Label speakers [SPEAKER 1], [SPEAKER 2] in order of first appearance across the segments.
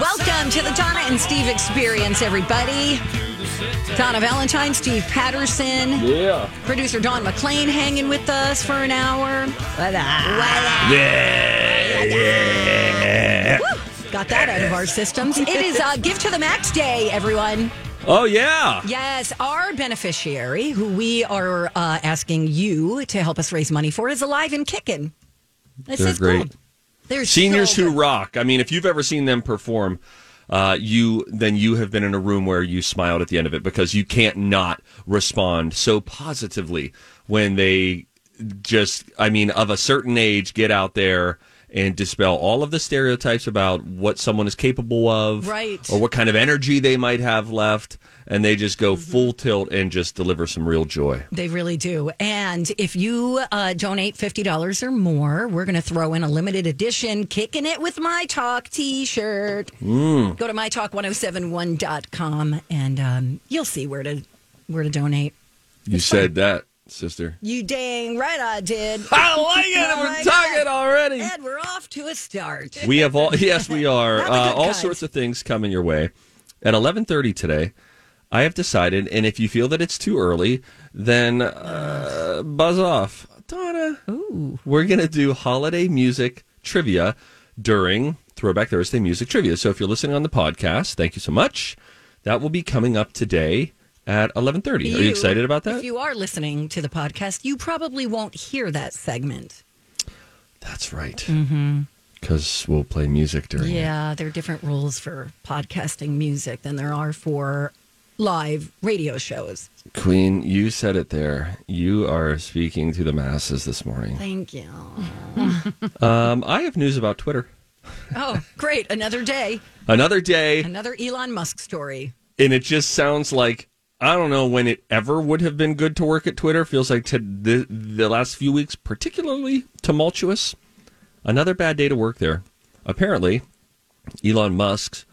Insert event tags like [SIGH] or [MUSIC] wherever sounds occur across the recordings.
[SPEAKER 1] Welcome to the Donna and Steve Experience, everybody. Donna Valentine, Steve Patterson,
[SPEAKER 2] Yeah.
[SPEAKER 1] producer Don McLean hanging with us for an hour. uh, Woo! Got that out of our systems. It is uh, Give to the Max Day, everyone.
[SPEAKER 2] Oh yeah.
[SPEAKER 1] Yes, our beneficiary, who we are uh, asking you to help us raise money for, is alive and kicking. This
[SPEAKER 2] They're
[SPEAKER 1] is cool.
[SPEAKER 2] great.
[SPEAKER 1] They're
[SPEAKER 2] Seniors
[SPEAKER 1] so
[SPEAKER 2] who
[SPEAKER 1] good.
[SPEAKER 2] rock. I mean, if you've ever seen them perform, uh, you then you have been in a room where you smiled at the end of it because you can't not respond so positively when they just I mean, of a certain age get out there and dispel all of the stereotypes about what someone is capable of
[SPEAKER 1] Right.
[SPEAKER 2] or what kind of energy they might have left and they just go
[SPEAKER 1] Mm-hmm.
[SPEAKER 2] full tilt and just deliver some real joy.
[SPEAKER 1] They really do. And if you uh, donate $50 or more, we're going to throw in a limited edition Kicking It With My Talk t shirt.
[SPEAKER 2] Mm.
[SPEAKER 1] Go to mytalk1071.com and um, you'll see where to where to donate.
[SPEAKER 2] You said that, sister.
[SPEAKER 1] You dang right I did.
[SPEAKER 2] I
[SPEAKER 1] [LAUGHS]
[SPEAKER 2] like it.
[SPEAKER 1] Oh my
[SPEAKER 2] We're
[SPEAKER 1] God.
[SPEAKER 2] talking already.
[SPEAKER 1] And we're off to a start.
[SPEAKER 2] we have all yes we are
[SPEAKER 1] Have a
[SPEAKER 2] uh,
[SPEAKER 1] good
[SPEAKER 2] all
[SPEAKER 1] cut.
[SPEAKER 2] sorts of things coming your way at 11.30 today i have decided and if you feel that it's too early then uh, buzz off donna we're gonna do holiday music trivia during throwback thursday music trivia so if you're listening on the podcast thank you so much that will be coming up today at 11.30 are you excited about that
[SPEAKER 1] If you are listening to the podcast, you probably won't hear that segment.
[SPEAKER 2] that's right
[SPEAKER 1] Mm-hmm.
[SPEAKER 2] because we'll play music during it.
[SPEAKER 1] Yeah, there are different rules for podcasting music than there are for live radio shows.
[SPEAKER 2] Queen, you said it there. You are speaking to the masses this morning.
[SPEAKER 1] Thank you.
[SPEAKER 2] Um, I have news about Twitter.
[SPEAKER 1] Oh, great. Another day,
[SPEAKER 2] Another day,
[SPEAKER 1] another Elon Musk story.
[SPEAKER 2] and it just sounds like I don't know when it ever would have been good to work at Twitter. Feels like to the, the last few weeks, particularly tumultuous. Another bad day to work there. Apparently, Elon Musk's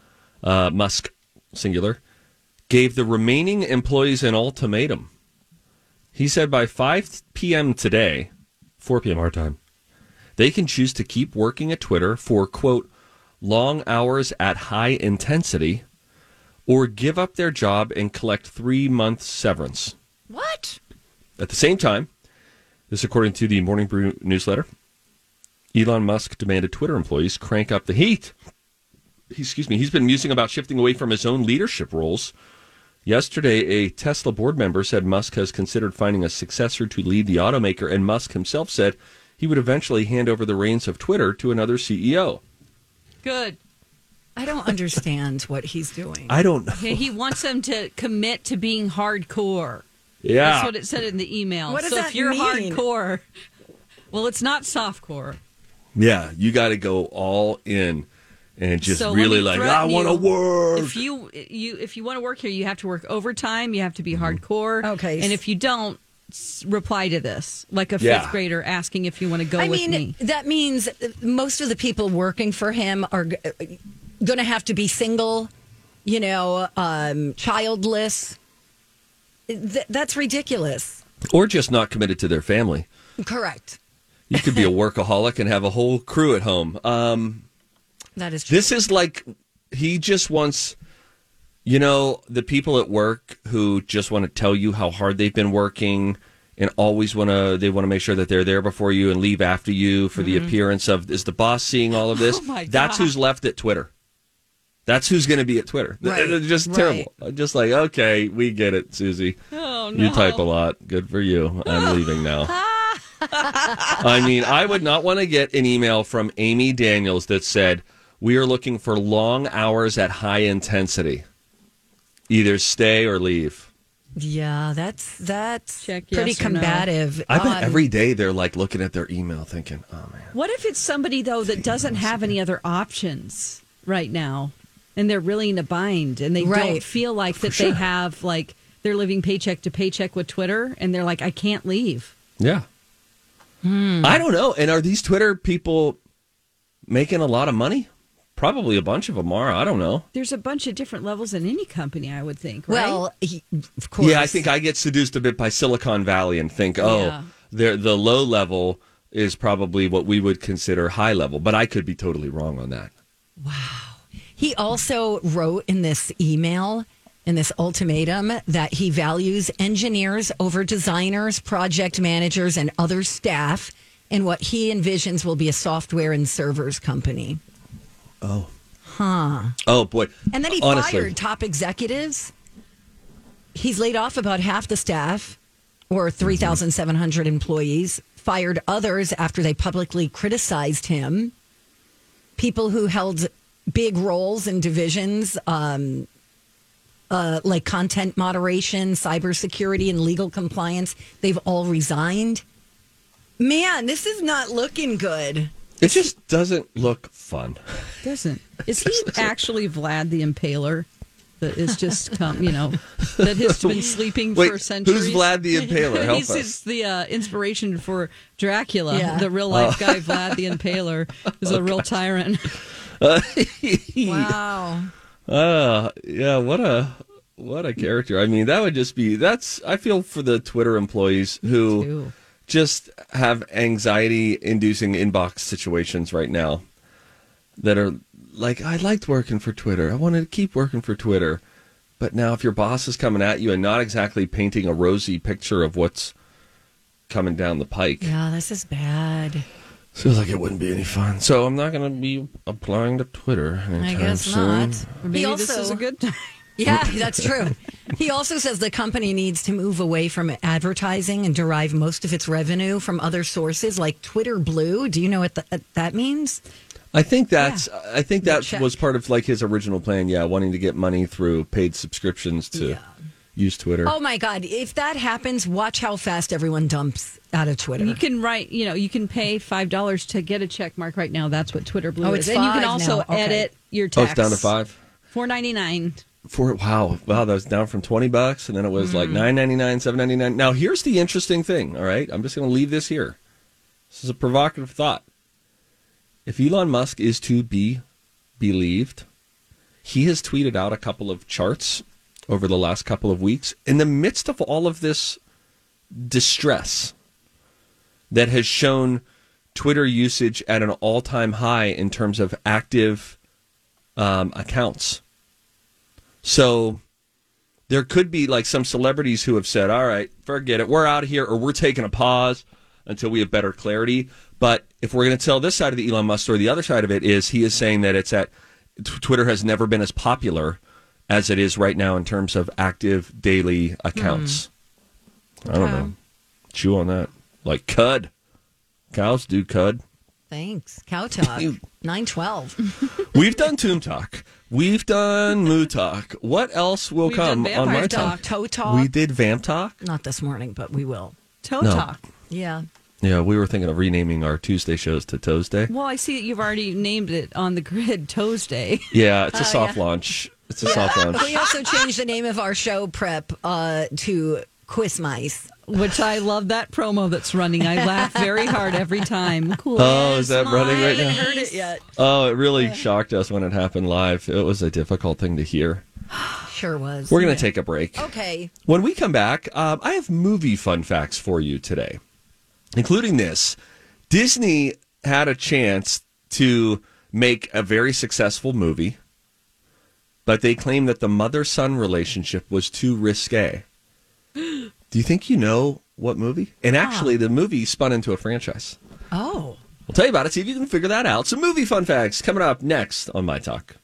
[SPEAKER 2] uh, Musk singular gave the remaining employees an ultimatum. He said by 5 p.m. today, 4 p.m. our time, they can choose to keep working at Twitter for quote long hours at high intensity or give up their job and collect three months severance.
[SPEAKER 1] What?
[SPEAKER 2] At the same time, this according to the Morning Brew newsletter, Elon Musk demanded Twitter employees crank up the heat. He- Excuse me, he's been musing about shifting away from his own leadership roles. Yesterday, a Tesla board member said Musk has considered finding a successor to lead the automaker, and Musk himself said he would eventually hand over the reins of Twitter to another E CEO.
[SPEAKER 3] Good.
[SPEAKER 1] I don't understand what he's doing.
[SPEAKER 2] I don't know.
[SPEAKER 3] He- He wants them to commit to being hardcore. That's
[SPEAKER 2] Yeah.
[SPEAKER 3] what it said in the email.
[SPEAKER 1] What does
[SPEAKER 3] so
[SPEAKER 1] that
[SPEAKER 3] if you're
[SPEAKER 1] mean?
[SPEAKER 3] hardcore, well, it's not softcore.
[SPEAKER 2] Yeah, you got to go all in and just
[SPEAKER 3] so let
[SPEAKER 2] really
[SPEAKER 3] me
[SPEAKER 2] like
[SPEAKER 3] threaten
[SPEAKER 2] I want to
[SPEAKER 3] you.
[SPEAKER 2] work.
[SPEAKER 3] If you you if you want to work here, you have to work overtime. You have to be
[SPEAKER 2] Mm-hmm.
[SPEAKER 3] hardcore.
[SPEAKER 1] Okay.
[SPEAKER 3] And if you don't, s- reply to this like a
[SPEAKER 2] Yeah.
[SPEAKER 3] fifth grader asking if you want to go
[SPEAKER 1] I
[SPEAKER 3] with
[SPEAKER 1] mean,
[SPEAKER 3] me.
[SPEAKER 1] that means most of the people working for him are going to have to be single, you know, um, childless. Th- that's ridiculous.
[SPEAKER 2] or just not committed to their family.
[SPEAKER 1] Correct.
[SPEAKER 2] You could
[SPEAKER 3] [LAUGHS]
[SPEAKER 2] be a workaholic and have a whole crew at home. Um,
[SPEAKER 1] That is true.
[SPEAKER 2] this is like he just wants, you know, the people at work who just want to tell you how hard they've been working and always want to they want to make sure that they're there before you and leave after you for the appearance of is the boss seeing all of this
[SPEAKER 3] Mm-hmm. Oh my
[SPEAKER 2] that's
[SPEAKER 3] God.
[SPEAKER 2] who's left at twitter That's who's going to be at Twitter. Th-
[SPEAKER 1] Right,
[SPEAKER 2] they're Just terrible. Uh, Just like, okay, we get it, Susie.
[SPEAKER 3] Oh,
[SPEAKER 2] You
[SPEAKER 3] no.
[SPEAKER 2] type a lot. Good for you.
[SPEAKER 1] [LAUGHS]
[SPEAKER 2] I'm leaving now. I mean, I would not want to get an email from Amy Daniels that said, We are looking for long hours at high intensity. Either stay or leave.
[SPEAKER 1] Yeah, that's that's
[SPEAKER 3] Check yes
[SPEAKER 1] pretty
[SPEAKER 3] or no.
[SPEAKER 1] combative.
[SPEAKER 2] I bet
[SPEAKER 1] Um,
[SPEAKER 2] every day they're like looking at their email thinking, Oh man.
[SPEAKER 3] What if it's somebody though that doesn't have any other options right now, and they're really in a bind, and they
[SPEAKER 1] Right.
[SPEAKER 3] don't feel like that they have like they're living paycheck to paycheck with Twitter, and they're like, I can't leave.
[SPEAKER 2] Yeah.
[SPEAKER 1] Hmm.
[SPEAKER 2] I don't know. And are these Twitter people making a lot of money? Probably a bunch of them are. I don't know.
[SPEAKER 3] There's a bunch of different levels in any company, I would think. Right?
[SPEAKER 1] well, he, of course.
[SPEAKER 2] Yeah, I think I get seduced a bit by Silicon Valley and think, oh,
[SPEAKER 3] Yeah.
[SPEAKER 2] they're- the low level is probably what we would consider high level, but I could be totally wrong on that.
[SPEAKER 1] He also wrote in this email, in this ultimatum, that he values engineers over designers, project managers, and other staff in what he envisions will be a software and servers company.
[SPEAKER 2] Oh boy!
[SPEAKER 1] And then he
[SPEAKER 2] Honestly,
[SPEAKER 1] fired top executives. He's laid off about half the staff, or 3,700 employees, fired others after they publicly criticized him. People who held big roles in divisions um, uh, like content moderation, cybersecurity, and legal compliance, they've all resigned. Man, this is not looking good.
[SPEAKER 2] It just doesn't look fun.
[SPEAKER 3] doesn't is
[SPEAKER 2] [LAUGHS]
[SPEAKER 3] he actually Vlad the Impaler? That is just come, you know, that
[SPEAKER 2] [LAUGHS]
[SPEAKER 3] has been sleeping
[SPEAKER 2] Wait,
[SPEAKER 3] for
[SPEAKER 2] who's
[SPEAKER 3] centuries.
[SPEAKER 2] Vlad
[SPEAKER 3] [LAUGHS]
[SPEAKER 2] the Impaler? Help
[SPEAKER 3] He's
[SPEAKER 2] us.
[SPEAKER 3] it's the uh, inspiration for Dracula,
[SPEAKER 1] Yeah.
[SPEAKER 3] the real life
[SPEAKER 2] Oh.
[SPEAKER 3] guy. Vlad the Impaler
[SPEAKER 2] [LAUGHS]
[SPEAKER 3] is a real tyrant.
[SPEAKER 1] Wow.
[SPEAKER 2] Uh, yeah, what a what a character. I mean, that would just be that's I feel for the Twitter employees who
[SPEAKER 3] too.
[SPEAKER 2] just have anxiety inducing inbox situations right now that are like I liked working for Twitter. I wanted to keep working for Twitter. But now if your boss is coming at you and not exactly painting a rosy picture of what's coming down the pike.
[SPEAKER 1] Yeah, this is bad.
[SPEAKER 2] Feels like it wouldn't be any fun. So I'm not going to be applying to Twitter
[SPEAKER 1] I
[SPEAKER 2] anytime
[SPEAKER 1] guess
[SPEAKER 2] soon.
[SPEAKER 1] not.
[SPEAKER 3] Or Maybe this is a good time.
[SPEAKER 1] Yeah, that's true. he also says the company needs to move away from advertising and derive most of its revenue from other sources like Twitter Blue. Do you know what, th- uh, that means?
[SPEAKER 2] I think that's I think that
[SPEAKER 1] check.
[SPEAKER 2] was part of like his original plan. Yeah, wanting to get money through paid subscriptions to use Twitter.
[SPEAKER 1] Oh my God. If that happens, watch how fast everyone dumps out of Twitter.
[SPEAKER 3] [LAUGHS] You can write, you know, you can pay five dollars to get a check mark right now. That's what Twitter Blue
[SPEAKER 1] Oh,
[SPEAKER 3] is,
[SPEAKER 1] it's
[SPEAKER 3] and you can
[SPEAKER 1] five
[SPEAKER 3] also
[SPEAKER 1] now. Okay.
[SPEAKER 3] edit your
[SPEAKER 2] Oh,
[SPEAKER 3] text.
[SPEAKER 2] it's down to five.
[SPEAKER 3] four ninety nine.
[SPEAKER 2] For wow, wow, that was down from twenty bucks, and then it was like nine ninety nine, seven ninety nine. Now here's the interesting thing. All right, I'm just going to leave this here. This is a provocative thought. If Elon Musk is to be believed, he has tweeted out a couple of charts over the last couple of weeks in the midst of all of this distress that has shown Twitter usage at an all time high in terms of active um, accounts. So there could be like some celebrities who have said, all right, forget it. We're out of here or we're taking a pause until we have better clarity. But if we're going to tell this side of the Elon Musk story, the other side of it is he is saying that it's at t- Twitter has never been as popular as it is right now in terms of active daily accounts.
[SPEAKER 3] Hmm.
[SPEAKER 2] I don't know. Chew on that. Like cud. Cows do cud.
[SPEAKER 1] Thanks. Cow Talk. 912.
[SPEAKER 2] We've done Tomb Talk. We've done Moo Talk. What else will
[SPEAKER 3] We've
[SPEAKER 2] come
[SPEAKER 3] done
[SPEAKER 2] on my
[SPEAKER 3] Vampire
[SPEAKER 2] talk?
[SPEAKER 3] Talk,
[SPEAKER 1] Toe Talk.
[SPEAKER 2] We did Vamp Talk.
[SPEAKER 1] Not this morning, but we will.
[SPEAKER 3] Toe
[SPEAKER 2] No.
[SPEAKER 3] talk.
[SPEAKER 1] Yeah.
[SPEAKER 2] Yeah, we were thinking of renaming our Tuesday shows to Toes Day.
[SPEAKER 3] Well, I see that you've already named it on the grid [LAUGHS] Toes Day.
[SPEAKER 2] Oh, Yeah, it's a soft launch. It's a soft [LAUGHS] launch.
[SPEAKER 1] We
[SPEAKER 3] [LAUGHS]
[SPEAKER 1] also changed the name of our show prep uh, to Quiz Mice.
[SPEAKER 3] which I love that promo that's running. I laugh very hard every time. Cool.
[SPEAKER 2] [LAUGHS] Oh, is that running right
[SPEAKER 1] I
[SPEAKER 2] now?
[SPEAKER 1] haven't heard it yet.
[SPEAKER 2] Oh, it really shocked us when it happened live. It was a difficult thing to hear.
[SPEAKER 1] Sure was.
[SPEAKER 2] We're going to take a break.
[SPEAKER 1] okay.
[SPEAKER 2] When we come back, um, I have movie fun facts for you today, including this. Disney had a chance to make a very successful movie, but they claimed that the mother son relationship was too risque. Do you think you know what movie? And actually, the movie spun into a franchise.
[SPEAKER 1] Oh.
[SPEAKER 2] We'll tell you about it, see if you can figure that out. Some movie fun facts coming up next on My Talk.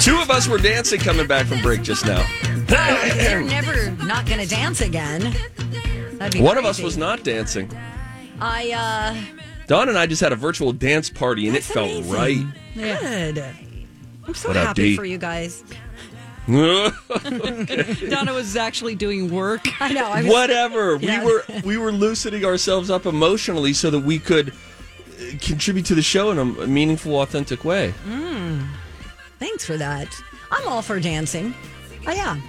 [SPEAKER 2] Two of us were dancing coming back from break just now.
[SPEAKER 1] They're never not going to dance again. That'd be
[SPEAKER 2] One of us
[SPEAKER 1] crazy.
[SPEAKER 2] was not dancing.
[SPEAKER 1] I uh,
[SPEAKER 2] Don and I just had a virtual dance party, and
[SPEAKER 1] That's
[SPEAKER 2] it felt
[SPEAKER 1] amazing.
[SPEAKER 2] right.
[SPEAKER 1] uh good. I'm so
[SPEAKER 2] What up,
[SPEAKER 1] happy
[SPEAKER 2] D?
[SPEAKER 1] for you guys.
[SPEAKER 2] [LAUGHS]
[SPEAKER 3] Donna was actually doing work.
[SPEAKER 1] I know. I was,
[SPEAKER 2] Whatever.
[SPEAKER 1] Yeah.
[SPEAKER 2] We were we were loosening ourselves up emotionally so that we could uh, contribute to the show in a a meaningful, authentic way.
[SPEAKER 1] Mm. Thanks for that. I'm all for dancing. Uh, I am.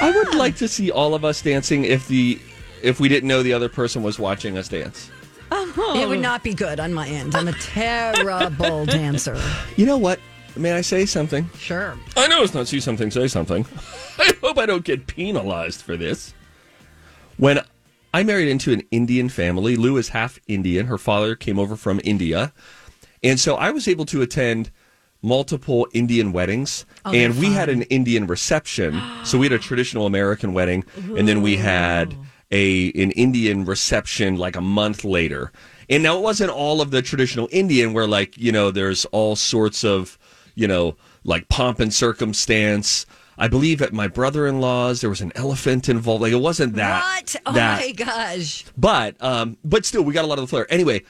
[SPEAKER 2] I would like to see all of us dancing if the if we didn't know the other person was watching us dance. Oh.
[SPEAKER 1] It would not be good on my end. I'm a
[SPEAKER 2] [LAUGHS]
[SPEAKER 1] terrible dancer.
[SPEAKER 2] You know what? May I say something?
[SPEAKER 1] Sure.
[SPEAKER 2] I know it's not see something, say something. [LAUGHS] I hope I don't get penalized for this. When I married into an Indian family, Lou is half Indian. Her father came over from India. And so I was able to attend multiple Indian weddings.
[SPEAKER 1] Oh,
[SPEAKER 2] and we had an Indian reception.
[SPEAKER 1] [GASPS]
[SPEAKER 2] so we had a traditional American wedding. And then we had a an Indian reception like a month later. And now it wasn't all of the traditional Indian where like, you know, there's all sorts of you know, like pomp and circumstance. I believe at my brother in law's there was an elephant involved. Like it wasn't that.
[SPEAKER 1] What? Oh
[SPEAKER 2] that.
[SPEAKER 1] my gosh.
[SPEAKER 2] But um, but still, we got a lot of the flair. Anyway,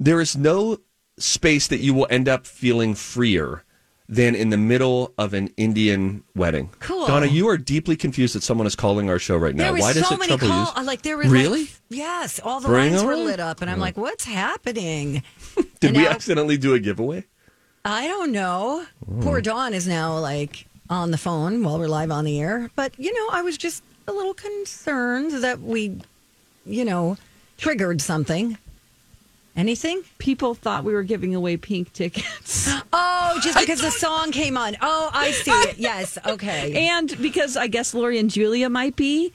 [SPEAKER 2] there is no space that you will end up feeling freer than in the middle of an Indian wedding.
[SPEAKER 1] Cool.
[SPEAKER 2] Donna, you are deeply confused that someone is calling our show right now.
[SPEAKER 1] There was
[SPEAKER 2] Why does
[SPEAKER 1] so
[SPEAKER 2] it
[SPEAKER 1] many
[SPEAKER 2] trouble you?
[SPEAKER 1] calls. Like there were
[SPEAKER 2] Really?
[SPEAKER 1] Like, yes, all the
[SPEAKER 2] Bring
[SPEAKER 1] lines
[SPEAKER 2] her
[SPEAKER 1] were
[SPEAKER 2] on. Mm.
[SPEAKER 1] lit up, and I'm like, "What's happening?"
[SPEAKER 2] Did
[SPEAKER 1] And
[SPEAKER 2] we
[SPEAKER 1] now-
[SPEAKER 2] accidentally do a giveaway?
[SPEAKER 1] I don't know.
[SPEAKER 3] Mm.
[SPEAKER 1] Poor Dawn is now like on the phone while we're live on the air. But, you know, I was just a little concerned that we, you know, triggered something. Anything?
[SPEAKER 3] People thought we were giving away pink tickets.
[SPEAKER 1] Oh, just because the song came on. Oh, I see
[SPEAKER 3] [LAUGHS]
[SPEAKER 1] it. Yes. Okay.
[SPEAKER 3] and because I guess Lori and Julia might be,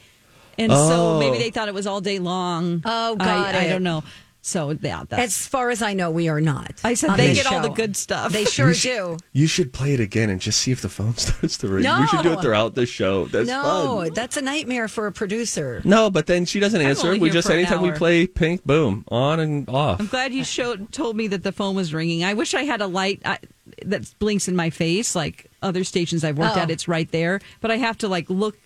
[SPEAKER 3] and
[SPEAKER 2] Oh.
[SPEAKER 3] so maybe they thought it was all day long.
[SPEAKER 1] Oh,
[SPEAKER 3] I,
[SPEAKER 1] got
[SPEAKER 3] I
[SPEAKER 1] it.
[SPEAKER 3] don't know. So yeah, that's.
[SPEAKER 1] As far as I know, we are not.
[SPEAKER 3] I said
[SPEAKER 1] on
[SPEAKER 3] they
[SPEAKER 1] this
[SPEAKER 3] get all the
[SPEAKER 1] show.
[SPEAKER 3] good stuff.
[SPEAKER 1] They sure
[SPEAKER 2] You should-
[SPEAKER 1] do.
[SPEAKER 2] You should play it again and just see if the phone [LAUGHS] starts to ring. We should do
[SPEAKER 1] No.
[SPEAKER 2] it throughout the show. That's
[SPEAKER 1] No,
[SPEAKER 2] fun.
[SPEAKER 1] that's a nightmare for a producer.
[SPEAKER 2] No, but then she doesn't answer.
[SPEAKER 3] only
[SPEAKER 2] We
[SPEAKER 3] here
[SPEAKER 2] just
[SPEAKER 3] for an
[SPEAKER 2] anytime we
[SPEAKER 3] hour.
[SPEAKER 2] play pink, boom, on and off.
[SPEAKER 3] I'm glad you showed told me that the phone was ringing. I wish I had a light I, that blinks in my face like other stations I've worked
[SPEAKER 1] Oh.
[SPEAKER 3] at. It's right there, but I have to like look.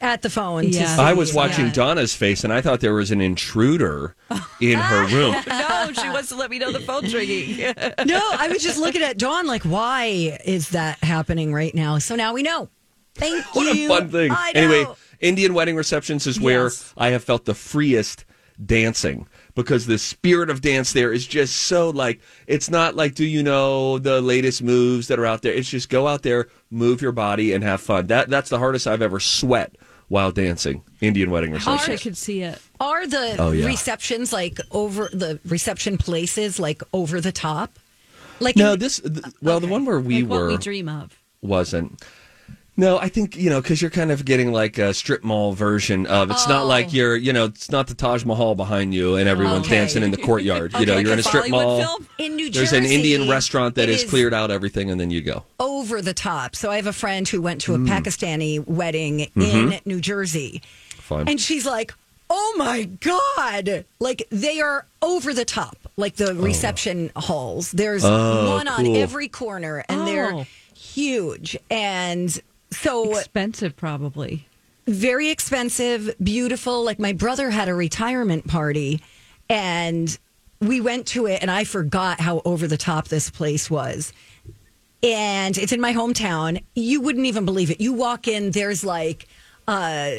[SPEAKER 1] At the phone. to
[SPEAKER 3] Yeah.
[SPEAKER 1] see.
[SPEAKER 2] I was watching
[SPEAKER 1] Yeah.
[SPEAKER 2] Donna's face, and I thought there was an intruder in
[SPEAKER 3] [LAUGHS]
[SPEAKER 2] her room.
[SPEAKER 3] No, she wants to let me know
[SPEAKER 1] [LAUGHS]
[SPEAKER 3] the phone's ringing.
[SPEAKER 1] No, I was just looking at Dawn like, why is that happening right now? So now we know. Thank
[SPEAKER 2] What
[SPEAKER 1] you.
[SPEAKER 2] a fun thing!
[SPEAKER 1] I know.
[SPEAKER 2] Anyway, Indian wedding receptions is where
[SPEAKER 3] Yes.
[SPEAKER 2] I have felt the freest dancing because the spirit of dance there is just so like it's not like do you know the latest moves that are out there? It's just go out there, move your body, and have fun. That that's the hardest I've ever sweat while dancing Indian wedding
[SPEAKER 3] I wish I
[SPEAKER 2] receptions.
[SPEAKER 3] could see it.
[SPEAKER 1] are the
[SPEAKER 2] Oh, yeah.
[SPEAKER 1] receptions like over the reception places like over the top? Like
[SPEAKER 2] No, this th- well the one where we
[SPEAKER 3] Uh, like
[SPEAKER 2] were
[SPEAKER 3] what we dream of.
[SPEAKER 2] wasn't. No, I think you know because you're kind of getting like a strip mall version of. It's not like you're you know it's not the Taj Mahal behind you and everyone's
[SPEAKER 1] Oh. Okay.
[SPEAKER 2] dancing in the
[SPEAKER 1] [LAUGHS]
[SPEAKER 2] courtyard. you know
[SPEAKER 1] Okay,
[SPEAKER 2] you're in a
[SPEAKER 1] like a
[SPEAKER 2] strip
[SPEAKER 3] Bollywood
[SPEAKER 2] mall.
[SPEAKER 3] film?
[SPEAKER 1] in New
[SPEAKER 2] There's
[SPEAKER 1] Jersey,
[SPEAKER 2] an Indian restaurant that
[SPEAKER 1] it
[SPEAKER 2] has cleared out everything and then you go.
[SPEAKER 1] over the top. So I have a friend who went
[SPEAKER 2] Mm.
[SPEAKER 1] to a Pakistani wedding
[SPEAKER 2] Mm-hmm.
[SPEAKER 1] in New Jersey,
[SPEAKER 2] Fun.
[SPEAKER 1] and she's like. Oh my God! Like they are over the top. Like the reception halls. There's one
[SPEAKER 2] Oh,
[SPEAKER 1] on
[SPEAKER 2] cool.
[SPEAKER 1] every corner, and they're
[SPEAKER 3] Oh.
[SPEAKER 1] huge. And so
[SPEAKER 3] Expensive, probably.
[SPEAKER 1] very expensive, beautiful. Like my brother had a retirement party and we went to it and I forgot how over the top this place was. And it's in my hometown. You wouldn't even believe it. You walk in, there's like uh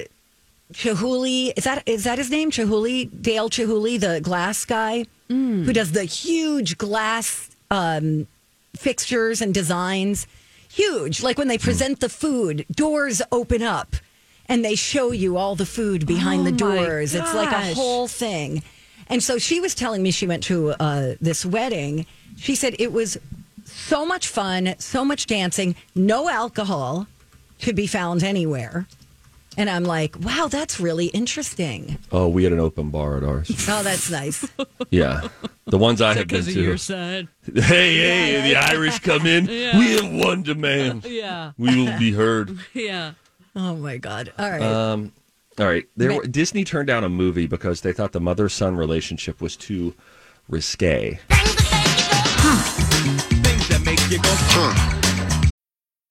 [SPEAKER 1] Chihuly, is that is that his name? Chihuly, Dale Chihuly, the glass guy who does the huge glass um fixtures and designs huge like when they present the food doors open up and they show you all the food behind the doors it's like a
[SPEAKER 3] gosh.
[SPEAKER 1] whole thing and so she was telling me she went to uh, this wedding she said it was so much fun so much dancing no alcohol to be found anywhere and i'm like wow that's really interesting
[SPEAKER 2] Oh, we had an open bar
[SPEAKER 1] [LAUGHS]
[SPEAKER 2] at ours.
[SPEAKER 1] oh that's
[SPEAKER 3] [LAUGHS]
[SPEAKER 1] nice
[SPEAKER 2] yeah, the ones I have been to.
[SPEAKER 3] side.
[SPEAKER 2] Hey, hey, the Irish
[SPEAKER 1] [LAUGHS]
[SPEAKER 2] come in. We have one demand.
[SPEAKER 3] Yeah,
[SPEAKER 2] We will
[SPEAKER 1] [LAUGHS]
[SPEAKER 2] be heard.
[SPEAKER 3] yeah.
[SPEAKER 1] oh my god all right
[SPEAKER 2] All right, there were, Disney turned down a movie because they thought the mother-son relationship was too risque.
[SPEAKER 4] Things that make you go, huh.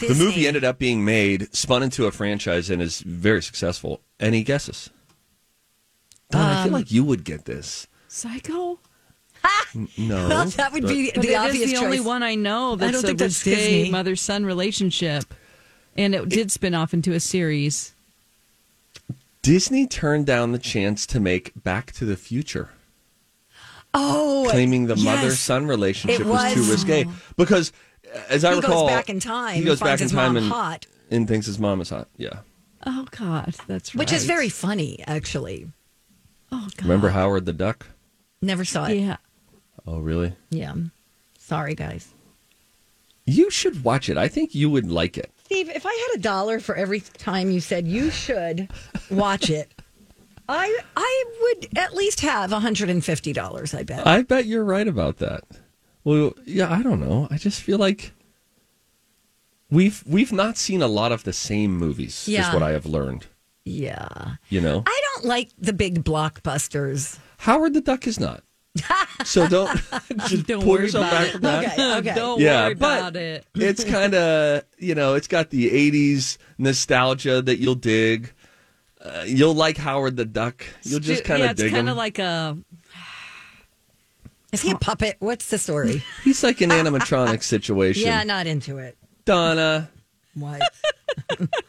[SPEAKER 2] The movie ended up being made, spun into a franchise, and is very successful. Any guesses? Don, I
[SPEAKER 1] Um,
[SPEAKER 2] feel like you would get this.
[SPEAKER 3] Psycho.
[SPEAKER 2] No,
[SPEAKER 1] [LAUGHS] Well, that would be
[SPEAKER 3] But
[SPEAKER 1] the
[SPEAKER 3] it is
[SPEAKER 1] obvious
[SPEAKER 3] the
[SPEAKER 1] choice.
[SPEAKER 3] only one I know that's
[SPEAKER 1] don't
[SPEAKER 3] a
[SPEAKER 1] think that's
[SPEAKER 3] risque
[SPEAKER 1] Disney.
[SPEAKER 3] mother-son relationship, and it did spin off into a series.
[SPEAKER 2] Disney turned down the chance to make Back to the Future,
[SPEAKER 1] Oh,
[SPEAKER 2] claiming the
[SPEAKER 1] yes.
[SPEAKER 2] mother-son relationship
[SPEAKER 1] It
[SPEAKER 2] was. too
[SPEAKER 1] was.
[SPEAKER 2] risque. Because, uh, as I
[SPEAKER 1] He goes
[SPEAKER 2] recall,
[SPEAKER 1] back in time
[SPEAKER 2] He
[SPEAKER 1] and
[SPEAKER 2] goes back
[SPEAKER 1] finds
[SPEAKER 2] in
[SPEAKER 1] his
[SPEAKER 2] time
[SPEAKER 1] mom
[SPEAKER 2] and
[SPEAKER 1] hot.
[SPEAKER 2] and thinks his mom is hot. Yeah.
[SPEAKER 3] Oh God, that's right.
[SPEAKER 1] Which is very funny, actually.
[SPEAKER 3] Oh God.
[SPEAKER 2] Remember Howard the Duck?
[SPEAKER 1] Never saw [LAUGHS] it.
[SPEAKER 3] [LAUGHS] Yeah.
[SPEAKER 2] Oh, really?
[SPEAKER 1] Yeah. Sorry, guys.
[SPEAKER 2] You should watch it. I think you would like it.
[SPEAKER 1] Steve, if I had a dollar for every time you said you should watch it,
[SPEAKER 3] [LAUGHS]
[SPEAKER 1] I I would at least have $150, I bet.
[SPEAKER 2] I bet you're right about that. Well, yeah, I don't know. I just feel like we've we've not seen a lot of the same movies. Is
[SPEAKER 1] Yeah.
[SPEAKER 2] what I have learned.
[SPEAKER 1] yeah.
[SPEAKER 2] You know,
[SPEAKER 1] I don't like the big
[SPEAKER 3] [LAUGHS]
[SPEAKER 1] blockbusters.
[SPEAKER 2] Howard the Duck is not. So don't just
[SPEAKER 3] Don't
[SPEAKER 2] pull
[SPEAKER 3] worry
[SPEAKER 2] yourself
[SPEAKER 3] about
[SPEAKER 2] back
[SPEAKER 3] it.
[SPEAKER 2] from that.
[SPEAKER 1] Okay, okay.
[SPEAKER 3] Don't
[SPEAKER 2] Yeah,
[SPEAKER 3] worry
[SPEAKER 2] but-
[SPEAKER 3] about it.
[SPEAKER 2] It's kind of you know, it's got the '80s nostalgia that you'll dig. Uh, you'll like Howard the Duck. You'll just kind of
[SPEAKER 3] yeah, it's
[SPEAKER 2] dig
[SPEAKER 3] kind
[SPEAKER 2] him.
[SPEAKER 3] of like a
[SPEAKER 1] Is he a puppet? What's the story?
[SPEAKER 2] He's like an
[SPEAKER 3] [LAUGHS]
[SPEAKER 2] animatronic situation.
[SPEAKER 1] yeah, not into it.
[SPEAKER 2] Donna.
[SPEAKER 1] What?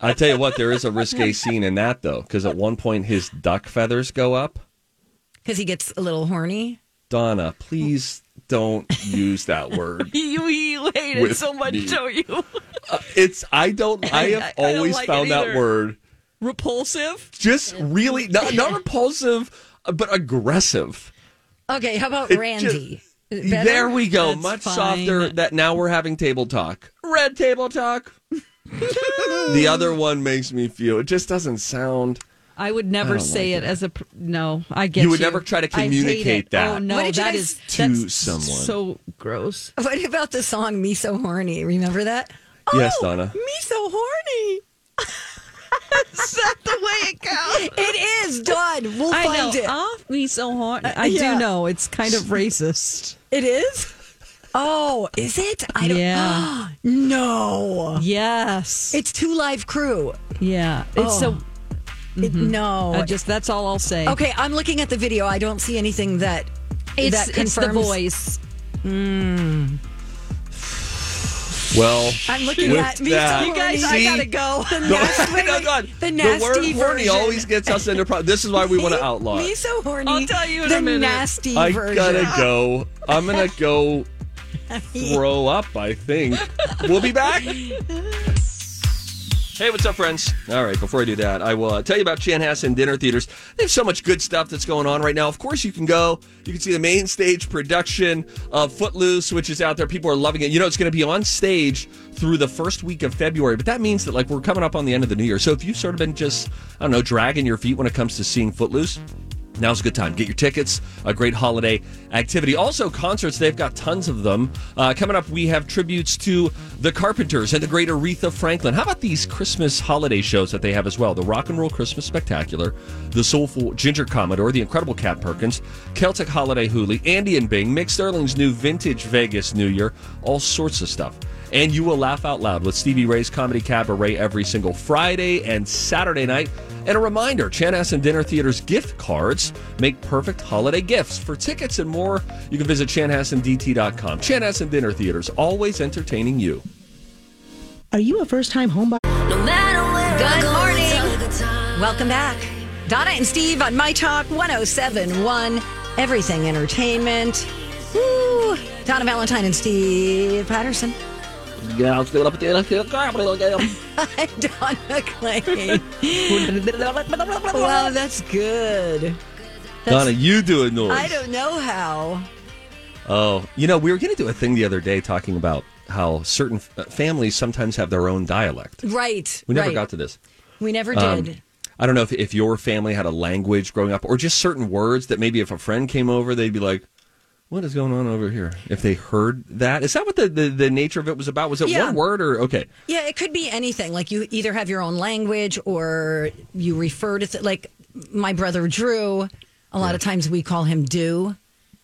[SPEAKER 2] I tell you what, there is a risque scene in that though, because at one point his duck feathers go up.
[SPEAKER 1] Because he gets a little horny.
[SPEAKER 2] Donna, please don't use that word.
[SPEAKER 3] you, you hate
[SPEAKER 2] With
[SPEAKER 3] it so much,
[SPEAKER 2] me.
[SPEAKER 3] don't you?
[SPEAKER 2] It's I don't. I have
[SPEAKER 3] I don't
[SPEAKER 2] always
[SPEAKER 3] like it
[SPEAKER 2] found that
[SPEAKER 3] either.
[SPEAKER 2] word
[SPEAKER 3] Repulsive.
[SPEAKER 2] just really not, not repulsive, but aggressive.
[SPEAKER 1] Okay, how about
[SPEAKER 2] It
[SPEAKER 1] Randy?
[SPEAKER 2] just-
[SPEAKER 1] Better?
[SPEAKER 2] there we go.
[SPEAKER 3] That's
[SPEAKER 2] Much
[SPEAKER 3] fine.
[SPEAKER 2] softer. That now we're having table talk. Red table
[SPEAKER 3] [LAUGHS]
[SPEAKER 2] talk. the other one makes me feel it just doesn't sound.
[SPEAKER 3] I would never say it, as a pr- no. I get
[SPEAKER 2] You would never try to
[SPEAKER 3] I hate
[SPEAKER 2] communicate
[SPEAKER 3] it.
[SPEAKER 2] that
[SPEAKER 3] Oh no,
[SPEAKER 1] What did you
[SPEAKER 3] that
[SPEAKER 1] guys-
[SPEAKER 3] is-
[SPEAKER 2] to
[SPEAKER 3] that's
[SPEAKER 2] someone.
[SPEAKER 3] So gross.
[SPEAKER 1] What about the song Me So Horny? Remember that? Oh,
[SPEAKER 2] yes,
[SPEAKER 3] Oh.
[SPEAKER 2] Donna.
[SPEAKER 1] Me So Horny.
[SPEAKER 3] [LAUGHS] Is that the way it goes?
[SPEAKER 1] It is, Dawn. We'll
[SPEAKER 3] I know. Uh,
[SPEAKER 1] find it. Uh,
[SPEAKER 3] Off me so hard. I
[SPEAKER 1] yeah.
[SPEAKER 3] do know it's kind of
[SPEAKER 1] [LAUGHS]
[SPEAKER 3] racist.
[SPEAKER 1] It is? Oh, is it? I don't
[SPEAKER 3] Yeah.
[SPEAKER 1] [GASPS] No.
[SPEAKER 3] Yes.
[SPEAKER 1] It's two live crew.
[SPEAKER 3] yeah. It's so.
[SPEAKER 1] oh, It, no.
[SPEAKER 3] Mm-hmm. I just that's all I'll say.
[SPEAKER 1] okay, I'm looking at the video. I don't see anything that
[SPEAKER 3] It's,
[SPEAKER 1] that
[SPEAKER 3] it's
[SPEAKER 1] confirms
[SPEAKER 3] the voice.
[SPEAKER 2] Well,
[SPEAKER 1] I'm looking
[SPEAKER 2] with
[SPEAKER 1] at me.
[SPEAKER 2] that-
[SPEAKER 1] so
[SPEAKER 3] You guys,
[SPEAKER 1] horny.
[SPEAKER 3] I gotta go.
[SPEAKER 1] The
[SPEAKER 2] [LAUGHS] No,
[SPEAKER 1] nasty, wait,
[SPEAKER 2] no,
[SPEAKER 1] wait.
[SPEAKER 2] God.
[SPEAKER 1] The nasty
[SPEAKER 2] word horny
[SPEAKER 1] version.
[SPEAKER 2] always gets us into problems. This is why we want to outlaw
[SPEAKER 1] Me
[SPEAKER 2] it.
[SPEAKER 1] so horny.
[SPEAKER 3] I'll tell you in
[SPEAKER 1] the
[SPEAKER 3] a minute.
[SPEAKER 1] nasty
[SPEAKER 2] I
[SPEAKER 1] version.
[SPEAKER 2] gotta go. I'm gonna go throw up, I think. We'll be back. Hey, what's up, friends? All right, before I do that, I will uh, tell you about Chanhassen Dinner Theaters. They have so much good stuff that's going on right now. Of course, you can go. You can see the main stage production of Footloose, which is out there. People are loving it. You know, it's going to be on stage through the first week of February, but that means that, like, we're coming up on the end of the new year. So if you've sort of been just, I don't know, dragging your feet when it comes to seeing Footloose, Now's a good time. Get your tickets. A great holiday activity. Also, concerts. They've got tons of them. Uh, coming up, we have tributes to the Carpenters and the great Aretha Franklin. How about these Christmas holiday shows that they have as well? The Rock and Roll Christmas Spectacular, the Soulful Ginger Commodore, the Incredible Cat Perkins, Celtic Holiday Hooli, Andy and Bing, Mick Sterling's new Vintage Vegas New Year, all sorts of stuff and you will laugh out loud with Stevie Ray's Comedy Cabaret every single Friday and Saturday night. And a reminder, Chanhassen Dinner Theater's gift cards make perfect holiday gifts. For tickets and more, you can visit chanhassendt.com. Chanhassen Dinner Theater's always entertaining you.
[SPEAKER 5] Are you a first time homebuyer?
[SPEAKER 1] Good morning. Welcome back. Donna and Steve on My Talk 1071, Everything Entertainment. Woo! Donna Valentine and Steve [LAUGHS] Patterson. I'm Donna Clay. wow, that's good.
[SPEAKER 2] Donna, you do a noise.
[SPEAKER 1] I don't know how.
[SPEAKER 2] Oh, you know, we were going to do a thing the other day talking about how certain uh, families sometimes have their own dialect.
[SPEAKER 1] Right.
[SPEAKER 2] We never
[SPEAKER 1] right.
[SPEAKER 2] got to this.
[SPEAKER 1] We never
[SPEAKER 2] Um,
[SPEAKER 1] did.
[SPEAKER 2] I don't know if, if your family had a language growing up or just certain words that maybe if a friend came over, they'd be like, what is going on over here? If they heard that, is that what the, the, the nature of it was about? Was it
[SPEAKER 1] Yeah.
[SPEAKER 2] one word or okay?
[SPEAKER 1] Yeah, it could be anything. Like you either have your own language or you refer to th- like my brother Drew. A lot of times we call him Do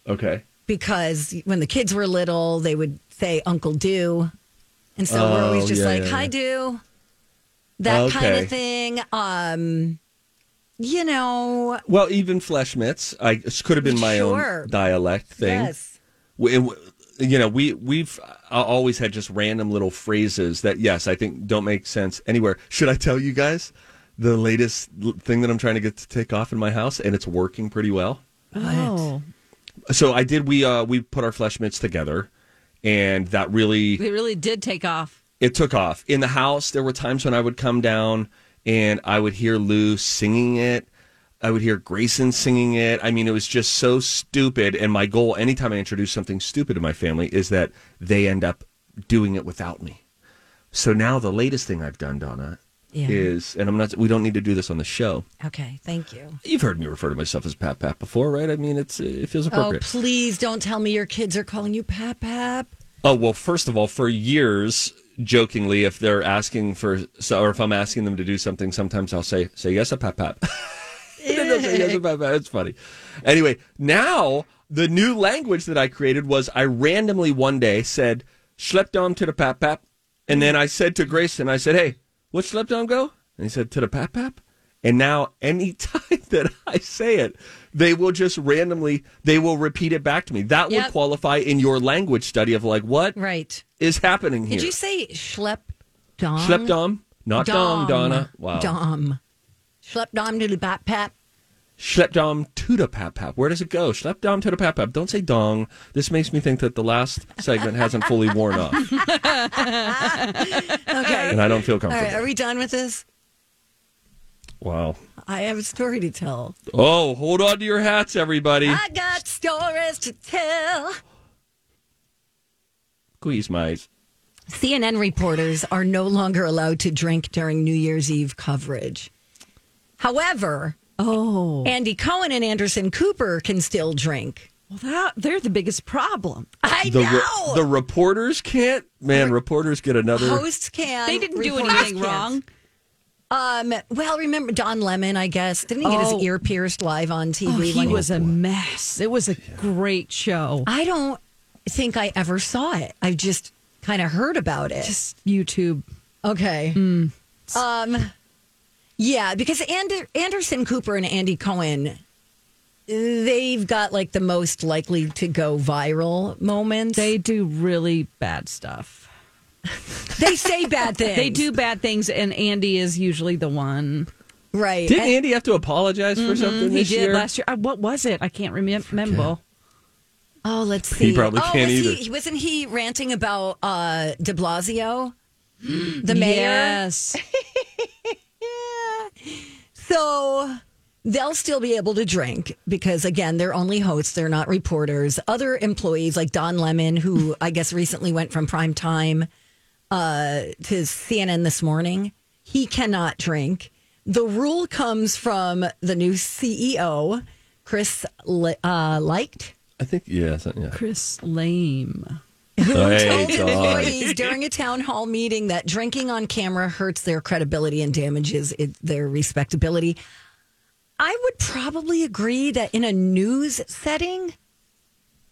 [SPEAKER 2] Okay.
[SPEAKER 1] because when the kids were little, they would say Uncle Do, and so we're always
[SPEAKER 2] Oh,
[SPEAKER 1] just
[SPEAKER 2] yeah,
[SPEAKER 1] like
[SPEAKER 2] yeah,
[SPEAKER 1] Hi
[SPEAKER 2] yeah.
[SPEAKER 1] Do, that kind
[SPEAKER 2] Okay.
[SPEAKER 1] of thing. Um, you know,
[SPEAKER 2] Well, even flesh mitts, I this could have been my
[SPEAKER 1] Sure.
[SPEAKER 2] own dialect thing.
[SPEAKER 1] yes.
[SPEAKER 2] We- and w- you know, we we've uh, always had just random little phrases that yes, I think don't make sense anywhere. Should I tell you guys the latest l- thing that I'm trying to get to take off in my house, and it's working pretty well.
[SPEAKER 3] Oh,
[SPEAKER 2] So I did. We uh, we put our flesh mitts together, and that really
[SPEAKER 3] they really did take off.
[SPEAKER 2] it took off in the house there were times when i would come down and i would hear lou singing it i would hear grayson singing it i mean it was just so stupid and my goal anytime i introduce something stupid to my family is that they end up doing it without me so now the latest thing i've done donna
[SPEAKER 1] Yeah.
[SPEAKER 2] is and i'm not we don't need to do this on the show
[SPEAKER 1] Okay, thank you.
[SPEAKER 2] you've heard me refer to myself as pat pat before right i mean it's it feels
[SPEAKER 1] Oh,
[SPEAKER 2] appropriate
[SPEAKER 1] please don't tell me your kids are calling you Pap Pap.
[SPEAKER 2] Oh well, first of all, for years, jokingly, if they're asking for so, or if I'm asking them to do something, sometimes I'll say say yes a pap pap. [LAUGHS] And then they'll say, yes a pap pap. It's funny. Anyway, now the new language that I created was I randomly one day said schlepped on to the pap pap, and then I said to Grayson, I said, hey, what schlepped on go? And he said to the pap pap. And now, any [LAUGHS] time that I say it, they will just randomly they will repeat it back to me. That
[SPEAKER 1] Yep.
[SPEAKER 2] would qualify in your language study of like what
[SPEAKER 1] Right.
[SPEAKER 2] is happening here?
[SPEAKER 1] Did you say schlep dom?
[SPEAKER 2] Schlepp Dom? Not Dom, Donna. Wow.
[SPEAKER 1] Dom. Schlep dom to the bat pat.
[SPEAKER 2] Schlepp Dom to the Pap Pap. Where does it go? Schlepp Dom to the Pap Pap. Don't say dong. This makes me think that the last segment hasn't fully worn
[SPEAKER 1] [LAUGHS]
[SPEAKER 2] off, [LAUGHS]
[SPEAKER 1] Okay.
[SPEAKER 2] and I don't feel
[SPEAKER 1] All right. Are
[SPEAKER 2] comfortable.
[SPEAKER 1] we done with this?
[SPEAKER 2] Wow.
[SPEAKER 1] I have a story to tell.
[SPEAKER 2] Oh, hold on to your hats, everybody.
[SPEAKER 1] I got stories to tell.
[SPEAKER 2] Squeeze my eyes.
[SPEAKER 1] CNN reporters are no longer allowed to drink during New Year's Eve coverage. However,
[SPEAKER 3] Oh,
[SPEAKER 1] Andy Cohen and Anderson Cooper can still drink.
[SPEAKER 3] well, that, they're the biggest problem.
[SPEAKER 1] I
[SPEAKER 2] The, re-
[SPEAKER 1] know.
[SPEAKER 2] the reporters can't. Man, reporters get another.
[SPEAKER 1] hosts can.
[SPEAKER 3] They didn't do
[SPEAKER 1] reporters
[SPEAKER 3] anything
[SPEAKER 1] can't.
[SPEAKER 3] wrong.
[SPEAKER 1] Um, well, remember Don Lemon, I guess. Didn't he get
[SPEAKER 3] Oh.
[SPEAKER 1] his ear pierced live on TV?
[SPEAKER 3] Oh, he
[SPEAKER 1] one
[SPEAKER 3] was a mess. It was a great show.
[SPEAKER 1] I don't think I ever saw it. I just kind of heard about it.
[SPEAKER 3] Just Mm. YouTube.
[SPEAKER 1] okay. Um, yeah, because Ander- Anderson Cooper and Andy Cohen, they've got like the most likely to go viral moments.
[SPEAKER 3] They do really bad stuff.
[SPEAKER 1] they say bad things.
[SPEAKER 3] [LAUGHS] They do bad things, and Andy is usually the one.
[SPEAKER 1] right.
[SPEAKER 2] Didn't
[SPEAKER 1] And-
[SPEAKER 2] Andy have to apologize for
[SPEAKER 1] Mm-hmm,
[SPEAKER 2] something
[SPEAKER 3] He
[SPEAKER 2] this
[SPEAKER 3] did
[SPEAKER 2] year?
[SPEAKER 3] last year. Uh, what was it? I can't remem- remember.
[SPEAKER 1] oh, let's see.
[SPEAKER 2] He probably
[SPEAKER 1] oh,
[SPEAKER 2] can't
[SPEAKER 1] was He,
[SPEAKER 2] either.
[SPEAKER 1] wasn't he ranting about uh, De Blasio,
[SPEAKER 3] Hmm.
[SPEAKER 1] the mayor?
[SPEAKER 3] Yes.
[SPEAKER 1] So they'll still be able to drink because, again, they're only hosts, they're not reporters. Other employees like Don Lemon, who I guess recently went from prime time uh, to CNN this morning, he cannot drink. The rule comes from the new CEO, Chris Le- uh, Liked.
[SPEAKER 2] I think, yeah. so-
[SPEAKER 1] [LAUGHS]
[SPEAKER 2] yeah.
[SPEAKER 3] Chris Lame.
[SPEAKER 2] Hey,
[SPEAKER 1] told
[SPEAKER 2] Don.
[SPEAKER 1] employees during a town hall meeting that drinking on camera hurts their credibility and damages it, their respectability. I would probably agree that in a news setting,